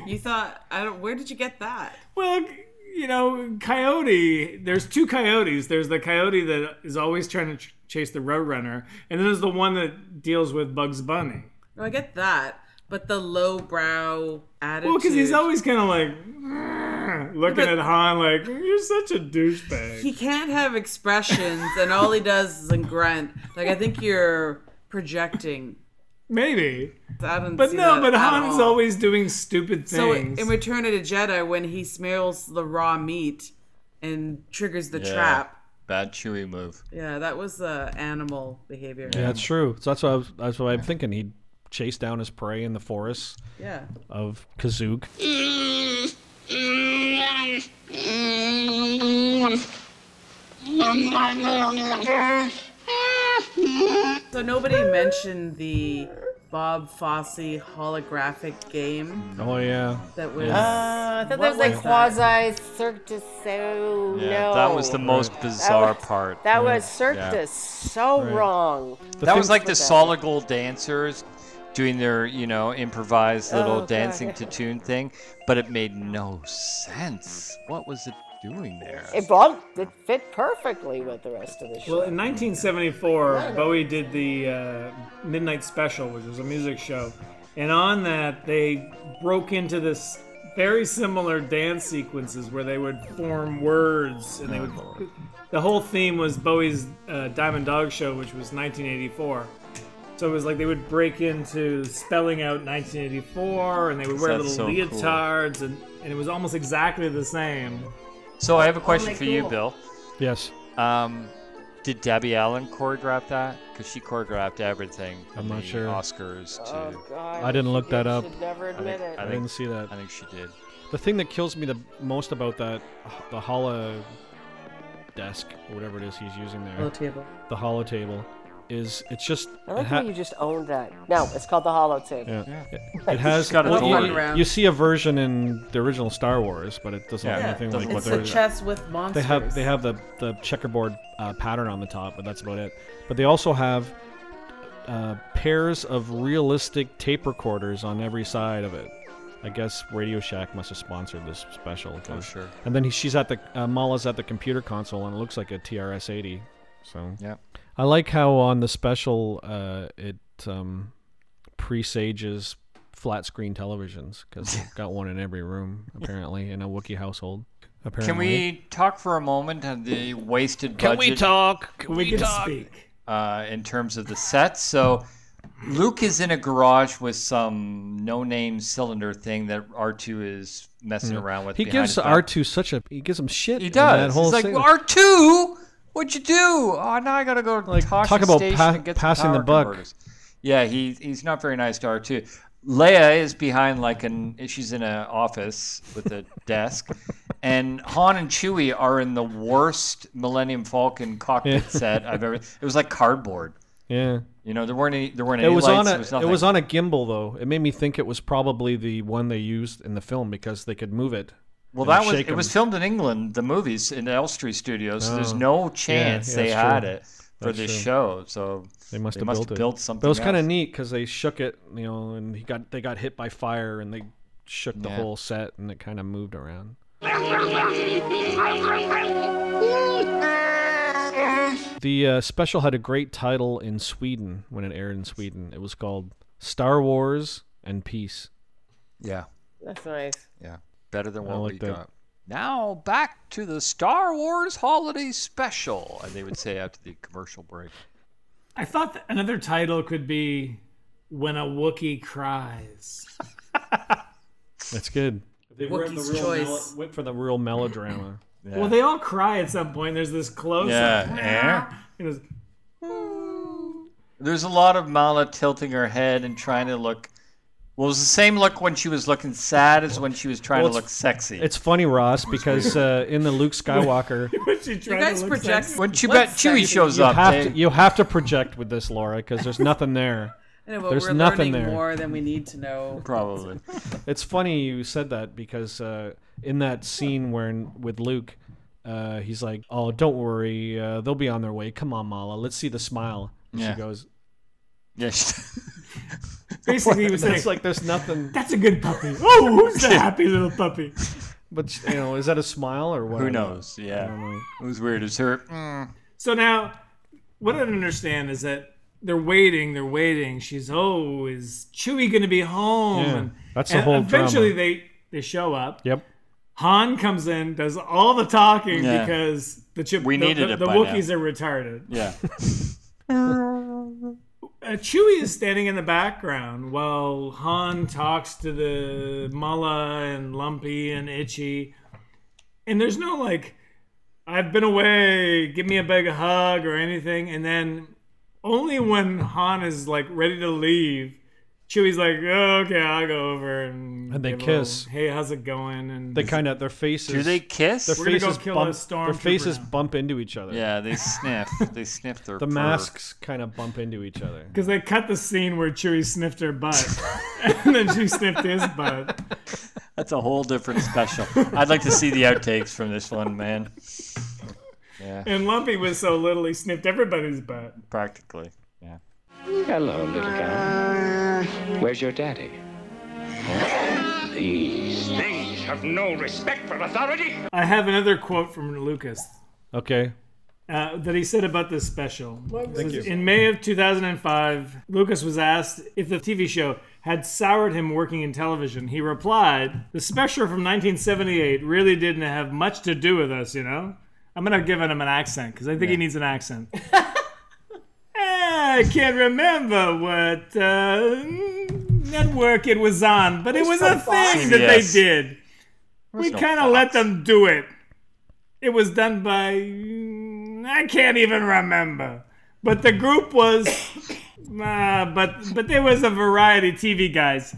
[SPEAKER 6] You thought I don't. Where did you get that?
[SPEAKER 4] Well, you know, coyote. There's two coyotes. There's the coyote that is always trying to ch- chase the roadrunner, and then there's the one that deals with Bugs Bunny.
[SPEAKER 6] No, I get that, but the lowbrow attitude.
[SPEAKER 4] Well, because he's always kind of like looking at Han like you're such a douchebag.
[SPEAKER 6] he can't have expressions, and all he does is grunt. Like I think you're projecting.
[SPEAKER 4] Maybe,
[SPEAKER 6] I don't
[SPEAKER 4] but
[SPEAKER 6] see
[SPEAKER 4] no,
[SPEAKER 6] that
[SPEAKER 4] but
[SPEAKER 6] at
[SPEAKER 4] Han is
[SPEAKER 6] all.
[SPEAKER 4] always doing stupid
[SPEAKER 6] So
[SPEAKER 4] things.
[SPEAKER 6] in Return of the Jedi, when he smells the raw meat and triggers the
[SPEAKER 3] Yeah.
[SPEAKER 6] trap,
[SPEAKER 3] Bad Chewy move.
[SPEAKER 6] yeah, that was uh, animal behavior.
[SPEAKER 1] Yeah, that's true. So that's what I was, that's what I'm thinking. He'd chase down his prey in the forests
[SPEAKER 6] Yeah.
[SPEAKER 1] of Kazook.
[SPEAKER 6] So nobody mentioned the Bob Fosse holographic game
[SPEAKER 1] Oh yeah,
[SPEAKER 6] that was.
[SPEAKER 2] Uh, I thought
[SPEAKER 6] What
[SPEAKER 2] that was like
[SPEAKER 6] was that?
[SPEAKER 2] quasi Cirque du Soleil.
[SPEAKER 3] Yeah,
[SPEAKER 2] no.
[SPEAKER 3] that was the most bizarre part.
[SPEAKER 2] That was Cirque
[SPEAKER 3] Yeah.
[SPEAKER 2] du so wrong.
[SPEAKER 3] that was
[SPEAKER 1] thing-
[SPEAKER 3] like the
[SPEAKER 2] with that.
[SPEAKER 3] solid gold dancers doing their you know improvised little
[SPEAKER 2] God.
[SPEAKER 3] dancing to tune thing but it made no sense what was it doing there
[SPEAKER 2] It bumped. It fit perfectly with the rest of the show.
[SPEAKER 4] Well, in 1974, Bowie did the uh, Midnight Special, which was a music show. And on that, they broke into this very similar dance sequences where they would form words and they would.
[SPEAKER 3] Oh,
[SPEAKER 4] The whole theme was Bowie's uh, Diamond Dog Show, which was 1984. So it was like they would break into spelling out 1984 and they would wear
[SPEAKER 3] That's so
[SPEAKER 4] little
[SPEAKER 3] cool.
[SPEAKER 4] leotards and, and it was almost exactly the same.
[SPEAKER 3] so i have a question for you bill
[SPEAKER 1] yes.
[SPEAKER 3] um, did debbie allen choreograph that because she choreographed everything from
[SPEAKER 1] not
[SPEAKER 3] the
[SPEAKER 1] sure.
[SPEAKER 3] oscars to
[SPEAKER 2] oh, God,
[SPEAKER 1] I didn't
[SPEAKER 2] you
[SPEAKER 1] look that up.
[SPEAKER 2] Should never
[SPEAKER 3] I, think,
[SPEAKER 2] admit it.
[SPEAKER 3] I,
[SPEAKER 1] I
[SPEAKER 3] think,
[SPEAKER 1] didn't see that.
[SPEAKER 3] I think she did
[SPEAKER 1] The thing that kills me the most about that, the hollow desk or whatever it is he's using
[SPEAKER 6] Low
[SPEAKER 1] there,
[SPEAKER 6] table.
[SPEAKER 1] the hollow table, is it's just
[SPEAKER 2] I
[SPEAKER 1] it,
[SPEAKER 2] like
[SPEAKER 1] ha-
[SPEAKER 2] how you just owned that. No, it's called the Hollow Tape.
[SPEAKER 1] yeah. It- it has
[SPEAKER 3] got a
[SPEAKER 1] well,
[SPEAKER 3] door.
[SPEAKER 1] you- you,
[SPEAKER 6] Around.
[SPEAKER 1] see a version in the original Star Wars, but it doesn't
[SPEAKER 3] Yeah,
[SPEAKER 1] look
[SPEAKER 3] it
[SPEAKER 1] anything
[SPEAKER 3] doesn't
[SPEAKER 1] like what
[SPEAKER 6] It's
[SPEAKER 1] they're.
[SPEAKER 6] a chess with monsters.
[SPEAKER 1] They have they have the the checkerboard uh, pattern on the top, but that's about it. But they also have uh, pairs of realistic tape recorders on every side of it. I guess Radio Shack must have sponsored this special. 'cause-
[SPEAKER 3] Oh, sure.
[SPEAKER 1] And then he, she's at the uh, Mala's at the computer console, and it looks like a TRS-80. So
[SPEAKER 3] yeah
[SPEAKER 1] I like how on the special uh, it um, presages flat screen televisions because got one in every room apparently in a Wookiee household. Apparently.
[SPEAKER 3] can we talk for a moment on the wasted budget
[SPEAKER 1] talk?
[SPEAKER 4] We could speak.
[SPEAKER 3] uh, in terms of the sets. So Luke is in a garage with some no-name cylinder thing that R2 is messing around with.
[SPEAKER 1] Mm. He
[SPEAKER 3] behind
[SPEAKER 1] gives
[SPEAKER 3] his back.
[SPEAKER 1] R two such a he gives him shit.
[SPEAKER 3] He
[SPEAKER 1] in
[SPEAKER 3] does.
[SPEAKER 1] That whole
[SPEAKER 3] He's like
[SPEAKER 1] scene.
[SPEAKER 3] R2, what'd you do? Oh, now I gotta go to like, Tasha
[SPEAKER 1] talk about
[SPEAKER 3] Station
[SPEAKER 1] pa-
[SPEAKER 3] and get some
[SPEAKER 1] passing the
[SPEAKER 3] power
[SPEAKER 1] buck.
[SPEAKER 3] converters. Yeah, he he's not very nice to R2. Leia is behind like an she's in an office with a desk, and Han and Chewie are in the worst Millennium Falcon cockpit
[SPEAKER 1] Yeah.
[SPEAKER 3] set I've ever. It was like cardboard.
[SPEAKER 1] yeah.
[SPEAKER 3] You know, there weren't any. There weren't
[SPEAKER 1] It
[SPEAKER 3] any
[SPEAKER 1] was on
[SPEAKER 3] lights.
[SPEAKER 1] a
[SPEAKER 3] it was nothing.
[SPEAKER 1] it was on a gimbal though. It made me think it was probably the one they used in the film because they could move it.
[SPEAKER 3] well,
[SPEAKER 1] and
[SPEAKER 3] that was.
[SPEAKER 1] shake
[SPEAKER 3] It was
[SPEAKER 1] 'em.
[SPEAKER 3] filmed in England. The movies in Elstree Studios. So there's no chance
[SPEAKER 1] yeah,
[SPEAKER 3] they
[SPEAKER 1] that's
[SPEAKER 3] had
[SPEAKER 1] true.
[SPEAKER 3] it for
[SPEAKER 1] That's
[SPEAKER 3] this
[SPEAKER 1] true.
[SPEAKER 3] show. So
[SPEAKER 1] They must
[SPEAKER 3] they
[SPEAKER 1] have
[SPEAKER 3] must
[SPEAKER 1] built
[SPEAKER 3] have
[SPEAKER 1] it.
[SPEAKER 3] built something.
[SPEAKER 1] But it was kind of
[SPEAKER 3] else.
[SPEAKER 1] neat because they shook it, you know, and he got they got hit by fire and they shook the
[SPEAKER 3] Yeah.
[SPEAKER 1] whole set and it kind of moved around. The uh, special had a great title in Sweden when it aired in Sweden. It was called Star Wars and Peace.
[SPEAKER 3] Yeah,
[SPEAKER 2] That's nice.
[SPEAKER 3] yeah, better than what
[SPEAKER 1] like
[SPEAKER 3] we
[SPEAKER 1] that.
[SPEAKER 3] got. Now back to the Star Wars Holiday Special, and they would say after the commercial break.
[SPEAKER 4] I thought that another title could be "When a Wookiee Cries."
[SPEAKER 1] That's good. They
[SPEAKER 6] went the Wookiee's real melo- choice.
[SPEAKER 1] went for the real melodrama.
[SPEAKER 4] Well, they all cry at some point. There's this close up.
[SPEAKER 3] yeah.
[SPEAKER 4] It was-
[SPEAKER 3] There's a lot of Mala tilting her head and trying to look Well, it was the same look when she was looking sad as when she was trying
[SPEAKER 1] Well,
[SPEAKER 3] to
[SPEAKER 1] it's-
[SPEAKER 3] look sexy.
[SPEAKER 1] It's funny, Ross, because uh, in the Luke Skywalker,
[SPEAKER 4] She
[SPEAKER 6] You
[SPEAKER 4] tried to
[SPEAKER 6] guys
[SPEAKER 4] look
[SPEAKER 6] project.
[SPEAKER 4] sexy.
[SPEAKER 3] when Chewie,
[SPEAKER 6] what's
[SPEAKER 3] Chewie
[SPEAKER 6] sexy?
[SPEAKER 3] shows
[SPEAKER 1] you
[SPEAKER 3] up, eh?
[SPEAKER 1] have
[SPEAKER 3] they-
[SPEAKER 1] to you have to project with this, Laura, because there's nothing there.
[SPEAKER 6] I know, but
[SPEAKER 1] There's
[SPEAKER 6] we're
[SPEAKER 1] nothing
[SPEAKER 6] learning
[SPEAKER 1] there.
[SPEAKER 6] more than we need to know.
[SPEAKER 3] probably.
[SPEAKER 1] It's funny you said that because uh, in that scene where with Luke, uh, he's like, "Oh, don't worry, uh, they'll be on their way. Come on, Mala, let's see the smile." And
[SPEAKER 3] Yeah.
[SPEAKER 1] She goes,
[SPEAKER 3] Yeah,
[SPEAKER 4] Basically, he was
[SPEAKER 1] "It's
[SPEAKER 4] like,
[SPEAKER 1] like there's nothing."
[SPEAKER 4] "That's a good puppy. Oh, who's the happy little puppy?"
[SPEAKER 1] But you know, is that a smile or what?
[SPEAKER 3] who knows? Yeah,
[SPEAKER 1] know.
[SPEAKER 3] it was weird. It's her. mm,
[SPEAKER 4] So now, what I don't understand is that they're waiting, they're waiting. She's oh, is Chewie going to be home?
[SPEAKER 1] Yeah,
[SPEAKER 4] and,
[SPEAKER 1] that's the
[SPEAKER 4] and
[SPEAKER 1] whole
[SPEAKER 4] Eventually,
[SPEAKER 1] drama.
[SPEAKER 4] they they show up.
[SPEAKER 1] Yep.
[SPEAKER 4] Han comes in, does all the talking
[SPEAKER 3] Yeah.
[SPEAKER 4] because the chip
[SPEAKER 3] We
[SPEAKER 4] the,
[SPEAKER 3] needed
[SPEAKER 4] the,
[SPEAKER 3] it
[SPEAKER 4] the
[SPEAKER 3] by
[SPEAKER 4] Wookiees are retarded.
[SPEAKER 3] Yeah,
[SPEAKER 4] Uh, Chewie is standing in the background while Han talks to the Mullah and Lumpy and Itchy. And there's no like, I've been away, give me a big hug or anything. And then only when Han is like ready to leave, Chewie's like, oh, okay, I'll go over. And,
[SPEAKER 1] And they
[SPEAKER 4] give a little,
[SPEAKER 1] kiss.
[SPEAKER 4] hey, how's it going? And
[SPEAKER 1] They kind of their faces.
[SPEAKER 3] do they kiss?
[SPEAKER 1] Their
[SPEAKER 4] We're gonna go
[SPEAKER 1] faces
[SPEAKER 4] kill a
[SPEAKER 1] bump. Their
[SPEAKER 4] stormtrooper
[SPEAKER 1] faces
[SPEAKER 4] now.
[SPEAKER 1] bump into each other.
[SPEAKER 3] Yeah, they sniff. They sniff their.
[SPEAKER 1] The
[SPEAKER 3] fur.
[SPEAKER 1] masks kind of bump into each other.
[SPEAKER 4] Because they cut the scene where Chewie sniffed her butt. and then she sniffed his butt.
[SPEAKER 3] That's a whole different special. I'd like to see the outtakes from this one, man.
[SPEAKER 4] And Lumpy was so little, he sniffed everybody's butt.
[SPEAKER 3] Practically. Yeah.
[SPEAKER 10] Hello, little guy. Where's your daddy? These things have no respect for authority.
[SPEAKER 4] I have another quote from Lucas
[SPEAKER 1] Okay.
[SPEAKER 4] uh, that he said about this special. It says, In May of 2005, Lucas was asked if the TV show had soured him working in television. He replied, The special from 1978 really didn't have much to do with us, you know? I'm going to give him an accent because I think he needs an accent. Eh, I can't remember what uh, network it was on, but it was a thing that they
[SPEAKER 3] CBS.
[SPEAKER 4] did. we
[SPEAKER 3] no
[SPEAKER 4] kind of
[SPEAKER 3] Fox.
[SPEAKER 4] let them do it. It was done by. mm, I can't even remember. But the group was. uh, but but there was a variety TV guys.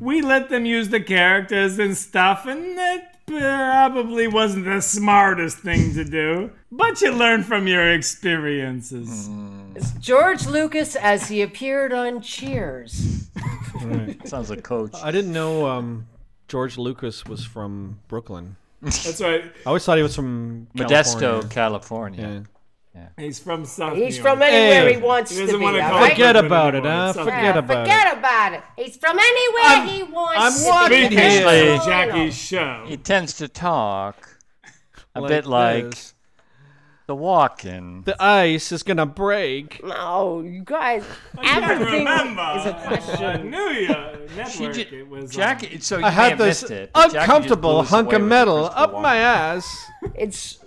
[SPEAKER 4] We let them use the characters and stuff, and that probably wasn't the smartest thing to do. But you learn from your experiences.
[SPEAKER 2] George Lucas as he appeared on Cheers.
[SPEAKER 3] Sounds like Coach.
[SPEAKER 1] I didn't know um, George Lucas was from Brooklyn.
[SPEAKER 4] That's right.
[SPEAKER 1] I always thought he was from
[SPEAKER 3] Modesto,
[SPEAKER 1] California.
[SPEAKER 3] California.
[SPEAKER 1] Yeah.
[SPEAKER 4] He's from South.
[SPEAKER 2] He's
[SPEAKER 4] New
[SPEAKER 2] from
[SPEAKER 4] York.
[SPEAKER 2] anywhere
[SPEAKER 1] Hey,
[SPEAKER 2] he wants
[SPEAKER 4] He
[SPEAKER 2] to
[SPEAKER 4] doesn't
[SPEAKER 2] be.
[SPEAKER 4] want to
[SPEAKER 2] all
[SPEAKER 4] call
[SPEAKER 2] right?
[SPEAKER 1] Forget
[SPEAKER 4] Brooklyn
[SPEAKER 1] about it,
[SPEAKER 4] anymore.
[SPEAKER 1] huh?
[SPEAKER 4] It's South
[SPEAKER 1] Forget
[SPEAKER 4] Carolina.
[SPEAKER 1] about it.
[SPEAKER 2] Forget about it. He's from anywhere he wants
[SPEAKER 1] I'm
[SPEAKER 2] to
[SPEAKER 1] walking
[SPEAKER 2] be.
[SPEAKER 1] here.
[SPEAKER 2] That's
[SPEAKER 3] Basically,
[SPEAKER 2] all I know.
[SPEAKER 4] Jackie's show.
[SPEAKER 3] He tends to talk a
[SPEAKER 1] Like
[SPEAKER 3] bit like
[SPEAKER 1] this.
[SPEAKER 3] the walking.
[SPEAKER 1] The ice is gonna break.
[SPEAKER 2] No, Oh, you guys. Everything
[SPEAKER 4] Remember,
[SPEAKER 2] is a
[SPEAKER 4] I
[SPEAKER 2] question.
[SPEAKER 4] knew you. Network.
[SPEAKER 3] ju-
[SPEAKER 4] it was um,
[SPEAKER 3] Jackie, so you
[SPEAKER 1] um, I
[SPEAKER 3] may
[SPEAKER 1] had
[SPEAKER 3] have
[SPEAKER 1] this
[SPEAKER 3] missed it, but Jackie just blew
[SPEAKER 1] uncomfortable
[SPEAKER 3] us
[SPEAKER 1] hunk
[SPEAKER 3] away
[SPEAKER 1] of
[SPEAKER 3] with the
[SPEAKER 1] metal
[SPEAKER 3] Christopher
[SPEAKER 1] up my
[SPEAKER 3] Walken.
[SPEAKER 1] ass.
[SPEAKER 2] It's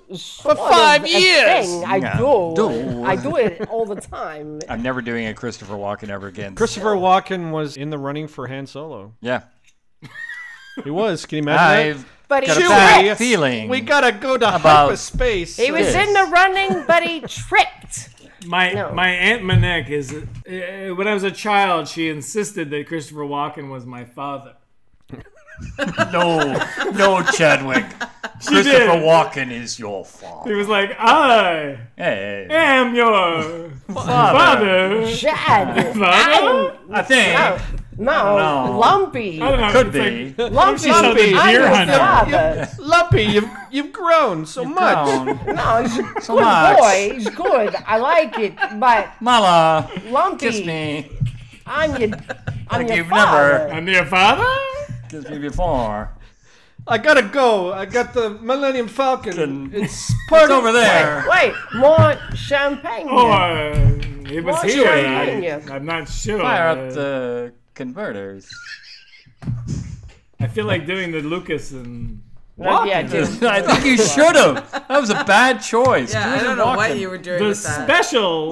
[SPEAKER 2] for
[SPEAKER 1] five years.
[SPEAKER 2] Thing I
[SPEAKER 3] Yeah.
[SPEAKER 2] do.
[SPEAKER 3] Do.
[SPEAKER 2] I do it all the time.
[SPEAKER 3] I'm never doing a Christopher Walken ever again.
[SPEAKER 1] Christopher Walken was in the running for Han Solo.
[SPEAKER 3] yeah,
[SPEAKER 1] He was. Can you imagine
[SPEAKER 3] I've
[SPEAKER 2] But he
[SPEAKER 3] got a
[SPEAKER 1] Chewie,
[SPEAKER 3] bad
[SPEAKER 2] tricked.
[SPEAKER 1] that?
[SPEAKER 3] feeling.
[SPEAKER 1] We gotta go to
[SPEAKER 3] About-
[SPEAKER 1] hyperspace.
[SPEAKER 2] He was in the running, but he tricked.
[SPEAKER 4] My
[SPEAKER 2] No.
[SPEAKER 4] my aunt Manek is. Uh, when I was a child, she insisted that Christopher Walken was my father.
[SPEAKER 3] no, no, Chadwick.
[SPEAKER 4] did.
[SPEAKER 3] Christopher Walken is your
[SPEAKER 4] He
[SPEAKER 3] father.
[SPEAKER 4] was like, I
[SPEAKER 3] Hey,
[SPEAKER 4] am your
[SPEAKER 3] father.
[SPEAKER 4] father.
[SPEAKER 2] Chad.
[SPEAKER 4] Father?
[SPEAKER 3] I think
[SPEAKER 2] No,
[SPEAKER 3] No.
[SPEAKER 2] Lumpy.
[SPEAKER 4] I don't know.
[SPEAKER 3] could
[SPEAKER 4] it's like-
[SPEAKER 3] be.
[SPEAKER 2] Lumpy.
[SPEAKER 1] saw the
[SPEAKER 2] I'm
[SPEAKER 4] deer
[SPEAKER 2] your
[SPEAKER 4] hunter.
[SPEAKER 2] father.
[SPEAKER 1] Lumpy, you've you've grown so much.
[SPEAKER 3] Down.
[SPEAKER 2] No, he's a good
[SPEAKER 3] much.
[SPEAKER 2] boy. He's good. I like it. But
[SPEAKER 3] Mala, kiss
[SPEAKER 2] Lumpy,
[SPEAKER 3] me.
[SPEAKER 2] I'm your, I'm
[SPEAKER 3] Like
[SPEAKER 2] your
[SPEAKER 3] you've
[SPEAKER 2] father.
[SPEAKER 3] never-
[SPEAKER 4] I'm your father?
[SPEAKER 3] Kiss me before.
[SPEAKER 1] I gotta go. I got the Millennium Falcon.
[SPEAKER 3] Can-
[SPEAKER 1] It's parked
[SPEAKER 3] over there.
[SPEAKER 2] Wait, more champagne.
[SPEAKER 4] Or it was
[SPEAKER 2] Why
[SPEAKER 4] here.
[SPEAKER 2] should I
[SPEAKER 4] I,
[SPEAKER 2] blame you?
[SPEAKER 4] am not sure.
[SPEAKER 3] Fire
[SPEAKER 4] Uh,
[SPEAKER 3] up the converters.
[SPEAKER 4] I feel like doing the Lucas and.
[SPEAKER 2] Maybe I do.
[SPEAKER 3] I think you should have. That was a bad choice.
[SPEAKER 6] Yeah,
[SPEAKER 3] Dude,
[SPEAKER 6] I don't know what
[SPEAKER 3] Walken.
[SPEAKER 6] you were doing
[SPEAKER 4] The
[SPEAKER 6] with that.
[SPEAKER 4] special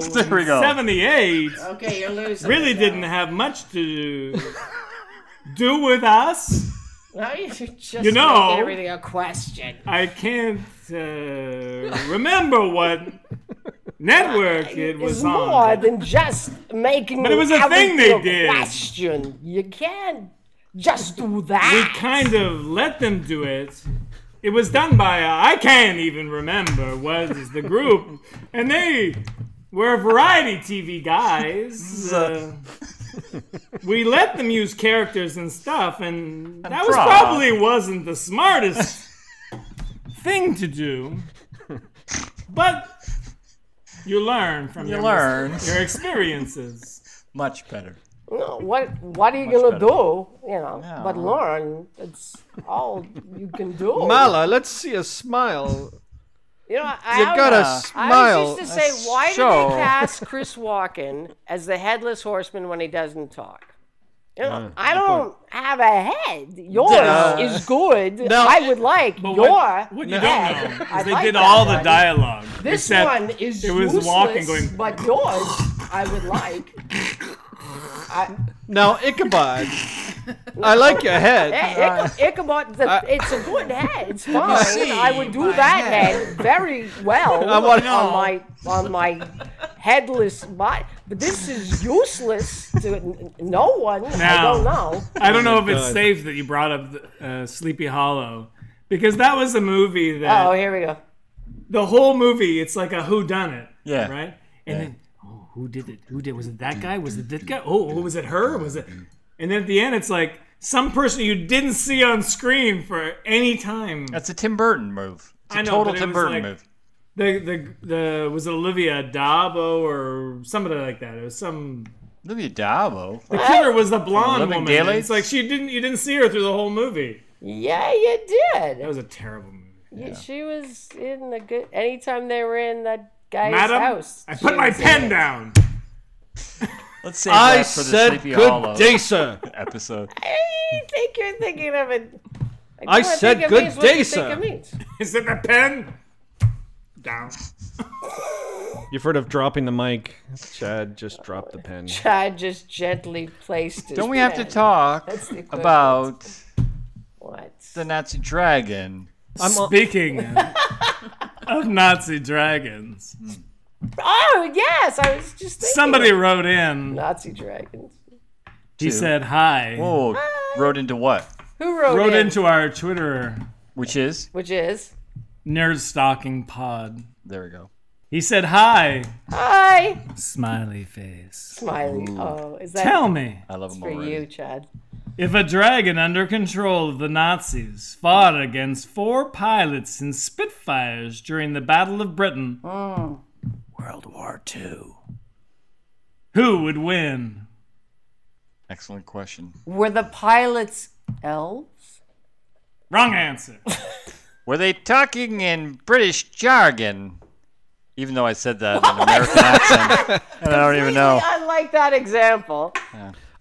[SPEAKER 3] There we go.
[SPEAKER 4] 78
[SPEAKER 6] okay, you're losing.
[SPEAKER 4] really didn't have much to do with us.
[SPEAKER 2] Now you just
[SPEAKER 4] You know-
[SPEAKER 2] make everything a question.
[SPEAKER 4] I can't uh, remember what network it
[SPEAKER 2] It's
[SPEAKER 4] was
[SPEAKER 2] more
[SPEAKER 4] on.
[SPEAKER 2] than just making.
[SPEAKER 4] But it was a
[SPEAKER 2] out
[SPEAKER 4] thing they
[SPEAKER 2] into a
[SPEAKER 4] did.
[SPEAKER 2] Question: You can't just do
[SPEAKER 4] We
[SPEAKER 2] that.
[SPEAKER 4] kind of let them do it. It was done by uh, I can't even remember was the group, and they were variety TV guys. Uh, we let them use characters and stuff, and that was
[SPEAKER 8] props.
[SPEAKER 4] probably wasn't the smartest thing to do. But you learn from
[SPEAKER 3] You
[SPEAKER 4] your
[SPEAKER 3] learn.
[SPEAKER 4] mis- your experiences.
[SPEAKER 3] Much better.
[SPEAKER 2] No, what What are you gonna do? You know, but learn. It's all you can do.
[SPEAKER 1] Mala, let's see a smile.
[SPEAKER 2] You know, I
[SPEAKER 1] You
[SPEAKER 2] always-
[SPEAKER 1] gotta
[SPEAKER 2] I
[SPEAKER 1] smile.
[SPEAKER 2] always used to say, why
[SPEAKER 1] Show.
[SPEAKER 2] did they cast Chris Walken as the headless horseman when he doesn't talk? You know,
[SPEAKER 1] Yeah,
[SPEAKER 2] I don't have a head. Yours
[SPEAKER 4] Yeah.
[SPEAKER 2] is good.
[SPEAKER 4] No.
[SPEAKER 2] I would like
[SPEAKER 4] But
[SPEAKER 2] your
[SPEAKER 4] what, what you
[SPEAKER 2] head.
[SPEAKER 4] don't know is
[SPEAKER 2] I'd
[SPEAKER 4] they
[SPEAKER 2] like
[SPEAKER 4] did
[SPEAKER 2] that
[SPEAKER 4] all the
[SPEAKER 2] one.
[SPEAKER 4] dialogue.
[SPEAKER 2] This
[SPEAKER 4] except
[SPEAKER 2] one is
[SPEAKER 4] it was
[SPEAKER 2] useless,
[SPEAKER 4] walking going.
[SPEAKER 2] but yours, I would like. I,
[SPEAKER 1] Now, Ichabod, I like your head.
[SPEAKER 2] Yeah, Icha- Ichabod, the,
[SPEAKER 1] I-
[SPEAKER 2] it's a good head. It's fine.
[SPEAKER 1] see,
[SPEAKER 2] I would do
[SPEAKER 1] my
[SPEAKER 2] that
[SPEAKER 1] head.
[SPEAKER 2] head. very well
[SPEAKER 1] I wanna-
[SPEAKER 2] on my on my headless body. But this is useless to n- no one. I
[SPEAKER 4] Now,
[SPEAKER 2] don't know.
[SPEAKER 4] I
[SPEAKER 3] Oh
[SPEAKER 4] don't know if it's
[SPEAKER 1] God.
[SPEAKER 4] safe that you brought up uh, Sleepy Hollow because that was a movie that
[SPEAKER 2] Oh, here we go.
[SPEAKER 4] the whole movie it's like a who done it.
[SPEAKER 3] Yeah.
[SPEAKER 4] Right. And then oh, who did it? Who did? Was it that guy? Was it that guy? Oh, was it her? Was it? And then at the end, it's like some person you didn't see on screen for any time.
[SPEAKER 3] That's a Tim Burton move. It's a
[SPEAKER 4] I know,
[SPEAKER 3] total
[SPEAKER 4] but it
[SPEAKER 3] Tim
[SPEAKER 4] was
[SPEAKER 3] Burton
[SPEAKER 4] like-
[SPEAKER 3] move.
[SPEAKER 4] The the the was it Olivia Dabo or somebody like that? It was some
[SPEAKER 3] Olivia Dabo.
[SPEAKER 4] the killer was the blonde
[SPEAKER 3] Living
[SPEAKER 4] woman.
[SPEAKER 3] Daylights?
[SPEAKER 4] It's like she didn't you didn't see her through the whole movie.
[SPEAKER 2] Yeah, you
[SPEAKER 4] That
[SPEAKER 2] did.
[SPEAKER 4] was a terrible movie.
[SPEAKER 2] You- She was in the good. Anytime they were in that guy's
[SPEAKER 4] Madam,
[SPEAKER 2] house,
[SPEAKER 4] I
[SPEAKER 2] she
[SPEAKER 4] put my
[SPEAKER 2] was in
[SPEAKER 4] pen
[SPEAKER 2] it.
[SPEAKER 4] down.
[SPEAKER 3] Let's save
[SPEAKER 1] I
[SPEAKER 3] that for the
[SPEAKER 1] said
[SPEAKER 3] Sleepy
[SPEAKER 1] good
[SPEAKER 3] Hollow
[SPEAKER 1] day, sir.
[SPEAKER 3] episode.
[SPEAKER 2] I think you're thinking of it.
[SPEAKER 1] I
[SPEAKER 2] don't
[SPEAKER 1] said
[SPEAKER 2] think it
[SPEAKER 1] good
[SPEAKER 2] means what you
[SPEAKER 1] day,
[SPEAKER 2] think
[SPEAKER 1] sir.
[SPEAKER 2] it means.
[SPEAKER 4] Is it the pen? Down.
[SPEAKER 1] You've heard of dropping the mic. Chad just dropped the pen.
[SPEAKER 2] Chad just gently placed his
[SPEAKER 3] Don't we have to
[SPEAKER 2] pen.
[SPEAKER 3] talk
[SPEAKER 2] That's the equivalent.
[SPEAKER 3] about
[SPEAKER 2] what?
[SPEAKER 3] the Nazi dragon?
[SPEAKER 1] I'm all-
[SPEAKER 4] Speaking of Nazi dragons,
[SPEAKER 2] Oh yes, I was just thinking
[SPEAKER 4] somebody
[SPEAKER 2] of
[SPEAKER 4] wrote in.
[SPEAKER 2] Nazi dragons.
[SPEAKER 4] He said hi.
[SPEAKER 3] Whoa, wrote into what?
[SPEAKER 2] Who wrote,
[SPEAKER 4] Wrote
[SPEAKER 2] in?
[SPEAKER 4] into our Twitter
[SPEAKER 3] Which is
[SPEAKER 2] Which is
[SPEAKER 4] nerd stalking pod.
[SPEAKER 3] there we go.
[SPEAKER 4] He said hi.
[SPEAKER 2] hi,
[SPEAKER 4] Smiley face.
[SPEAKER 2] Smiley. Oh, is that
[SPEAKER 4] Tell me.
[SPEAKER 3] I love him
[SPEAKER 2] for
[SPEAKER 3] already.
[SPEAKER 2] you, Chad?
[SPEAKER 4] If a dragon under control of the Nazis fought against four pilots in Spitfires during the Battle of Britain,
[SPEAKER 2] Oh.
[SPEAKER 4] World War II, who would win?
[SPEAKER 3] Excellent question.
[SPEAKER 2] Were the pilots elves?
[SPEAKER 4] Wrong answer.
[SPEAKER 3] Were they talking in British jargon? Even though I said that in an American accent, and I don't even know.
[SPEAKER 2] I like that example.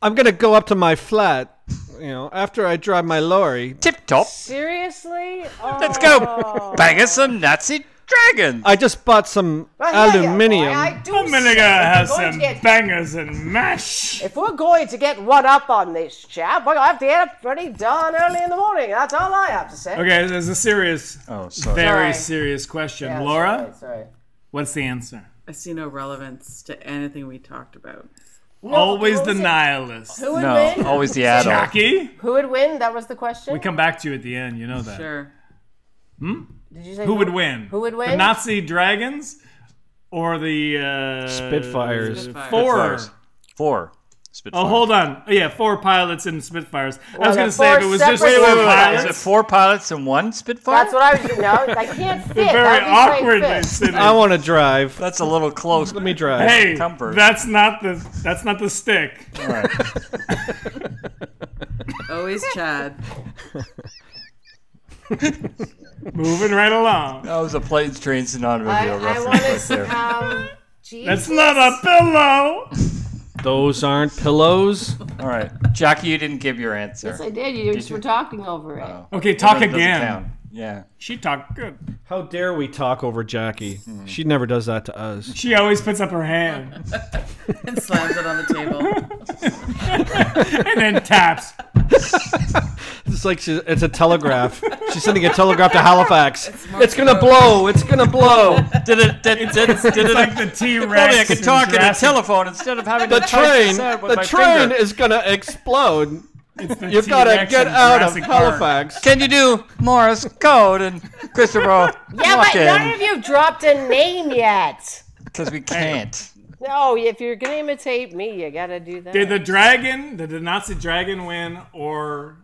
[SPEAKER 1] I'm gonna go up to my flat. You know, after I drive my lorry,
[SPEAKER 3] Tip top.
[SPEAKER 2] Seriously? Oh,
[SPEAKER 3] Let's go. Bang us some Nazi dragons.
[SPEAKER 4] Uh,
[SPEAKER 1] I just bought some
[SPEAKER 2] I hear ya, Oh, boy.
[SPEAKER 1] aluminium.
[SPEAKER 2] I do
[SPEAKER 4] I'm gonna
[SPEAKER 2] say
[SPEAKER 4] go have
[SPEAKER 2] if we're going
[SPEAKER 4] some
[SPEAKER 2] to get-
[SPEAKER 4] bangers and mash.
[SPEAKER 2] If we're going to get one up on this chap, we're gonna have to get up pretty darn early in the morning. That's all I have to say.
[SPEAKER 4] Okay, there's a serious,
[SPEAKER 3] oh, sorry.
[SPEAKER 4] very
[SPEAKER 2] Sorry.
[SPEAKER 4] serious question.
[SPEAKER 2] Yeah,
[SPEAKER 4] Laura,
[SPEAKER 2] sorry, sorry.
[SPEAKER 4] what's the answer?
[SPEAKER 6] I see no relevance to anything we talked about.
[SPEAKER 4] Always
[SPEAKER 2] what
[SPEAKER 4] the
[SPEAKER 2] was it?
[SPEAKER 4] nihilist.
[SPEAKER 2] Who would
[SPEAKER 3] No,
[SPEAKER 2] win?
[SPEAKER 3] always the adult.
[SPEAKER 4] Jackie?
[SPEAKER 2] Who would win? That was the question.
[SPEAKER 4] We come back to you at the end, you know that.
[SPEAKER 6] Sure.
[SPEAKER 2] Did you say
[SPEAKER 4] Who would win?
[SPEAKER 2] Who would
[SPEAKER 4] The
[SPEAKER 2] win?
[SPEAKER 4] Nazi dragons or the uh,
[SPEAKER 1] Spitfires.
[SPEAKER 4] Four.
[SPEAKER 3] Spitfires. Four. Spitfire.
[SPEAKER 4] Oh, hold on. Oh, yeah, four pilots and Spitfires. I was
[SPEAKER 2] they're
[SPEAKER 4] going to say if it
[SPEAKER 2] four
[SPEAKER 4] was just
[SPEAKER 2] separate
[SPEAKER 4] four
[SPEAKER 2] Wait, wait, wait,
[SPEAKER 3] Is
[SPEAKER 4] pilots,
[SPEAKER 3] it four pilots and one Spitfire?
[SPEAKER 2] That's what I was. No, I can't fit.
[SPEAKER 4] very
[SPEAKER 2] That would be
[SPEAKER 4] awkwardly
[SPEAKER 2] quite fit.
[SPEAKER 4] sitting.
[SPEAKER 1] I want to drive.
[SPEAKER 3] That's a little close.
[SPEAKER 1] Let me drive.
[SPEAKER 4] hey,
[SPEAKER 3] Comfort.
[SPEAKER 4] that's not the that's not the stick.
[SPEAKER 6] Always Chad.
[SPEAKER 4] Moving right along.
[SPEAKER 3] That was a planes, trains, and automobile
[SPEAKER 2] I, I
[SPEAKER 3] reference right
[SPEAKER 2] want
[SPEAKER 3] there.
[SPEAKER 2] to. Um, Jesus.
[SPEAKER 4] That's not a pillow.
[SPEAKER 1] Those aren't pillows.
[SPEAKER 3] All right, Jackie, you didn't give your answer. Oh.
[SPEAKER 2] I did. You just were talking over it.
[SPEAKER 4] Okay, talk
[SPEAKER 3] That doesn't
[SPEAKER 4] again.
[SPEAKER 3] count. Yeah.
[SPEAKER 4] She talked good.
[SPEAKER 1] How dare we talk over Jackie? She never does that to us.
[SPEAKER 4] She always puts up her hand
[SPEAKER 6] And slams it on the table.
[SPEAKER 4] and then taps.
[SPEAKER 1] It's like she, it's a telegraph. She's sending a telegraph to Halifax. It's gonna blow. It's gonna blow.
[SPEAKER 3] Did it? Did it? Did it?
[SPEAKER 1] it's like
[SPEAKER 4] the T-Rex
[SPEAKER 3] Only I could
[SPEAKER 4] in
[SPEAKER 3] talk in a
[SPEAKER 4] Jurassic-
[SPEAKER 3] telephone instead of having
[SPEAKER 1] The
[SPEAKER 3] to type
[SPEAKER 1] train.
[SPEAKER 3] this out with
[SPEAKER 1] The
[SPEAKER 3] my
[SPEAKER 1] train
[SPEAKER 3] finger.
[SPEAKER 1] is gonna explode.
[SPEAKER 4] the
[SPEAKER 1] You've got to
[SPEAKER 4] T-Rex
[SPEAKER 1] get
[SPEAKER 4] in
[SPEAKER 1] out of
[SPEAKER 4] Jurassic Park.
[SPEAKER 1] Halifax.
[SPEAKER 3] Can you do Morse code and Christopher?
[SPEAKER 2] Yeah, but none of you dropped a name yet.
[SPEAKER 3] because we can't.
[SPEAKER 2] No, if you're gonna imitate me, you gotta do that.
[SPEAKER 4] Did the dragon, did the Nazi dragon win, or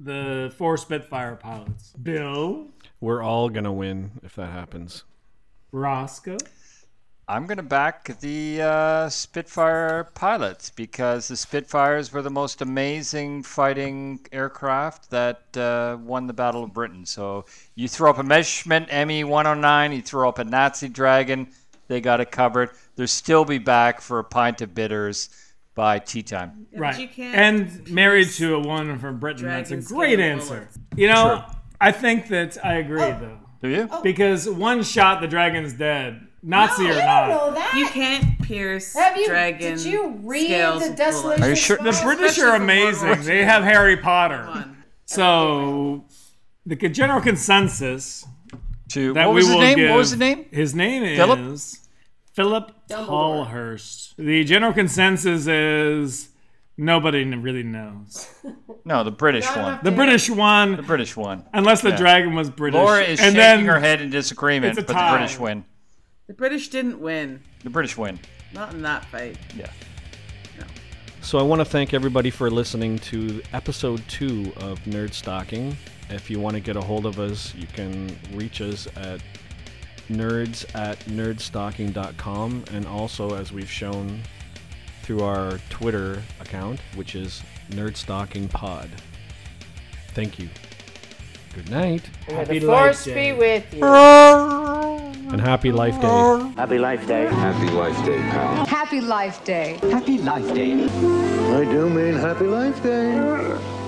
[SPEAKER 4] the four Spitfire pilots? Bill,
[SPEAKER 1] We're all gonna win if that happens.
[SPEAKER 4] Roscoe.
[SPEAKER 3] I'm going to back the uh, Spitfire pilots because the Spitfires were the most amazing fighting aircraft that uh, won the Battle of Britain. So you throw up a E measurement ME 109, you throw up a Nazi Dragon, they got it covered. They'll still be back for a pint of bitters by tea time.
[SPEAKER 4] Right.
[SPEAKER 6] you can't
[SPEAKER 4] And married to a woman from Britain. That's a
[SPEAKER 6] Dragon's
[SPEAKER 4] great
[SPEAKER 6] King
[SPEAKER 4] answer.
[SPEAKER 6] bullets. Oh.
[SPEAKER 4] You know, I think that I agree, though.
[SPEAKER 3] Do you?
[SPEAKER 4] Because one shot, the dragon's dead. Nazi or not.
[SPEAKER 2] that.
[SPEAKER 6] You can't pierce
[SPEAKER 2] Have you-
[SPEAKER 6] dragon.
[SPEAKER 2] did you read
[SPEAKER 6] scales
[SPEAKER 2] The
[SPEAKER 6] with
[SPEAKER 2] Desolation
[SPEAKER 6] bullets.
[SPEAKER 3] Are you sure?
[SPEAKER 4] The British are amazing. They have Harry Potter.
[SPEAKER 6] One.
[SPEAKER 4] So the c- general consensus
[SPEAKER 3] To,
[SPEAKER 4] that
[SPEAKER 3] what
[SPEAKER 4] we
[SPEAKER 3] was his
[SPEAKER 4] will
[SPEAKER 3] name?
[SPEAKER 4] give.
[SPEAKER 3] What was his name?
[SPEAKER 4] His name
[SPEAKER 3] Philip?
[SPEAKER 4] is Philip Tallhurst. The general consensus is nobody n- really knows.
[SPEAKER 3] No, the British one.
[SPEAKER 4] The British
[SPEAKER 3] The
[SPEAKER 4] one,
[SPEAKER 3] British one.
[SPEAKER 4] unless the
[SPEAKER 3] Yeah.
[SPEAKER 4] dragon was British.
[SPEAKER 3] Laura is shaking
[SPEAKER 4] and then
[SPEAKER 3] her head in disagreement,
[SPEAKER 4] It's a
[SPEAKER 3] but the
[SPEAKER 4] tie.
[SPEAKER 3] British win.
[SPEAKER 6] The British didn't win.
[SPEAKER 3] The British win.
[SPEAKER 6] Not in that fight.
[SPEAKER 3] Yeah.
[SPEAKER 1] So I want to thank everybody for listening to episode two of Nerd Stocking. If you want to get a hold of us, you can reach us at nerds at nerdstocking.com and also as we've shown through our Twitter account, which is nerdstockingpod. Thank you. Good night
[SPEAKER 2] May
[SPEAKER 4] Happy
[SPEAKER 2] the force
[SPEAKER 4] light
[SPEAKER 2] be
[SPEAKER 4] day.
[SPEAKER 2] with you.
[SPEAKER 1] and happy life day.
[SPEAKER 10] Happy Life Day. Happy Life Day, pal.
[SPEAKER 5] Happy Life Day.
[SPEAKER 10] Happy Life Day. I do mean Happy Life Day.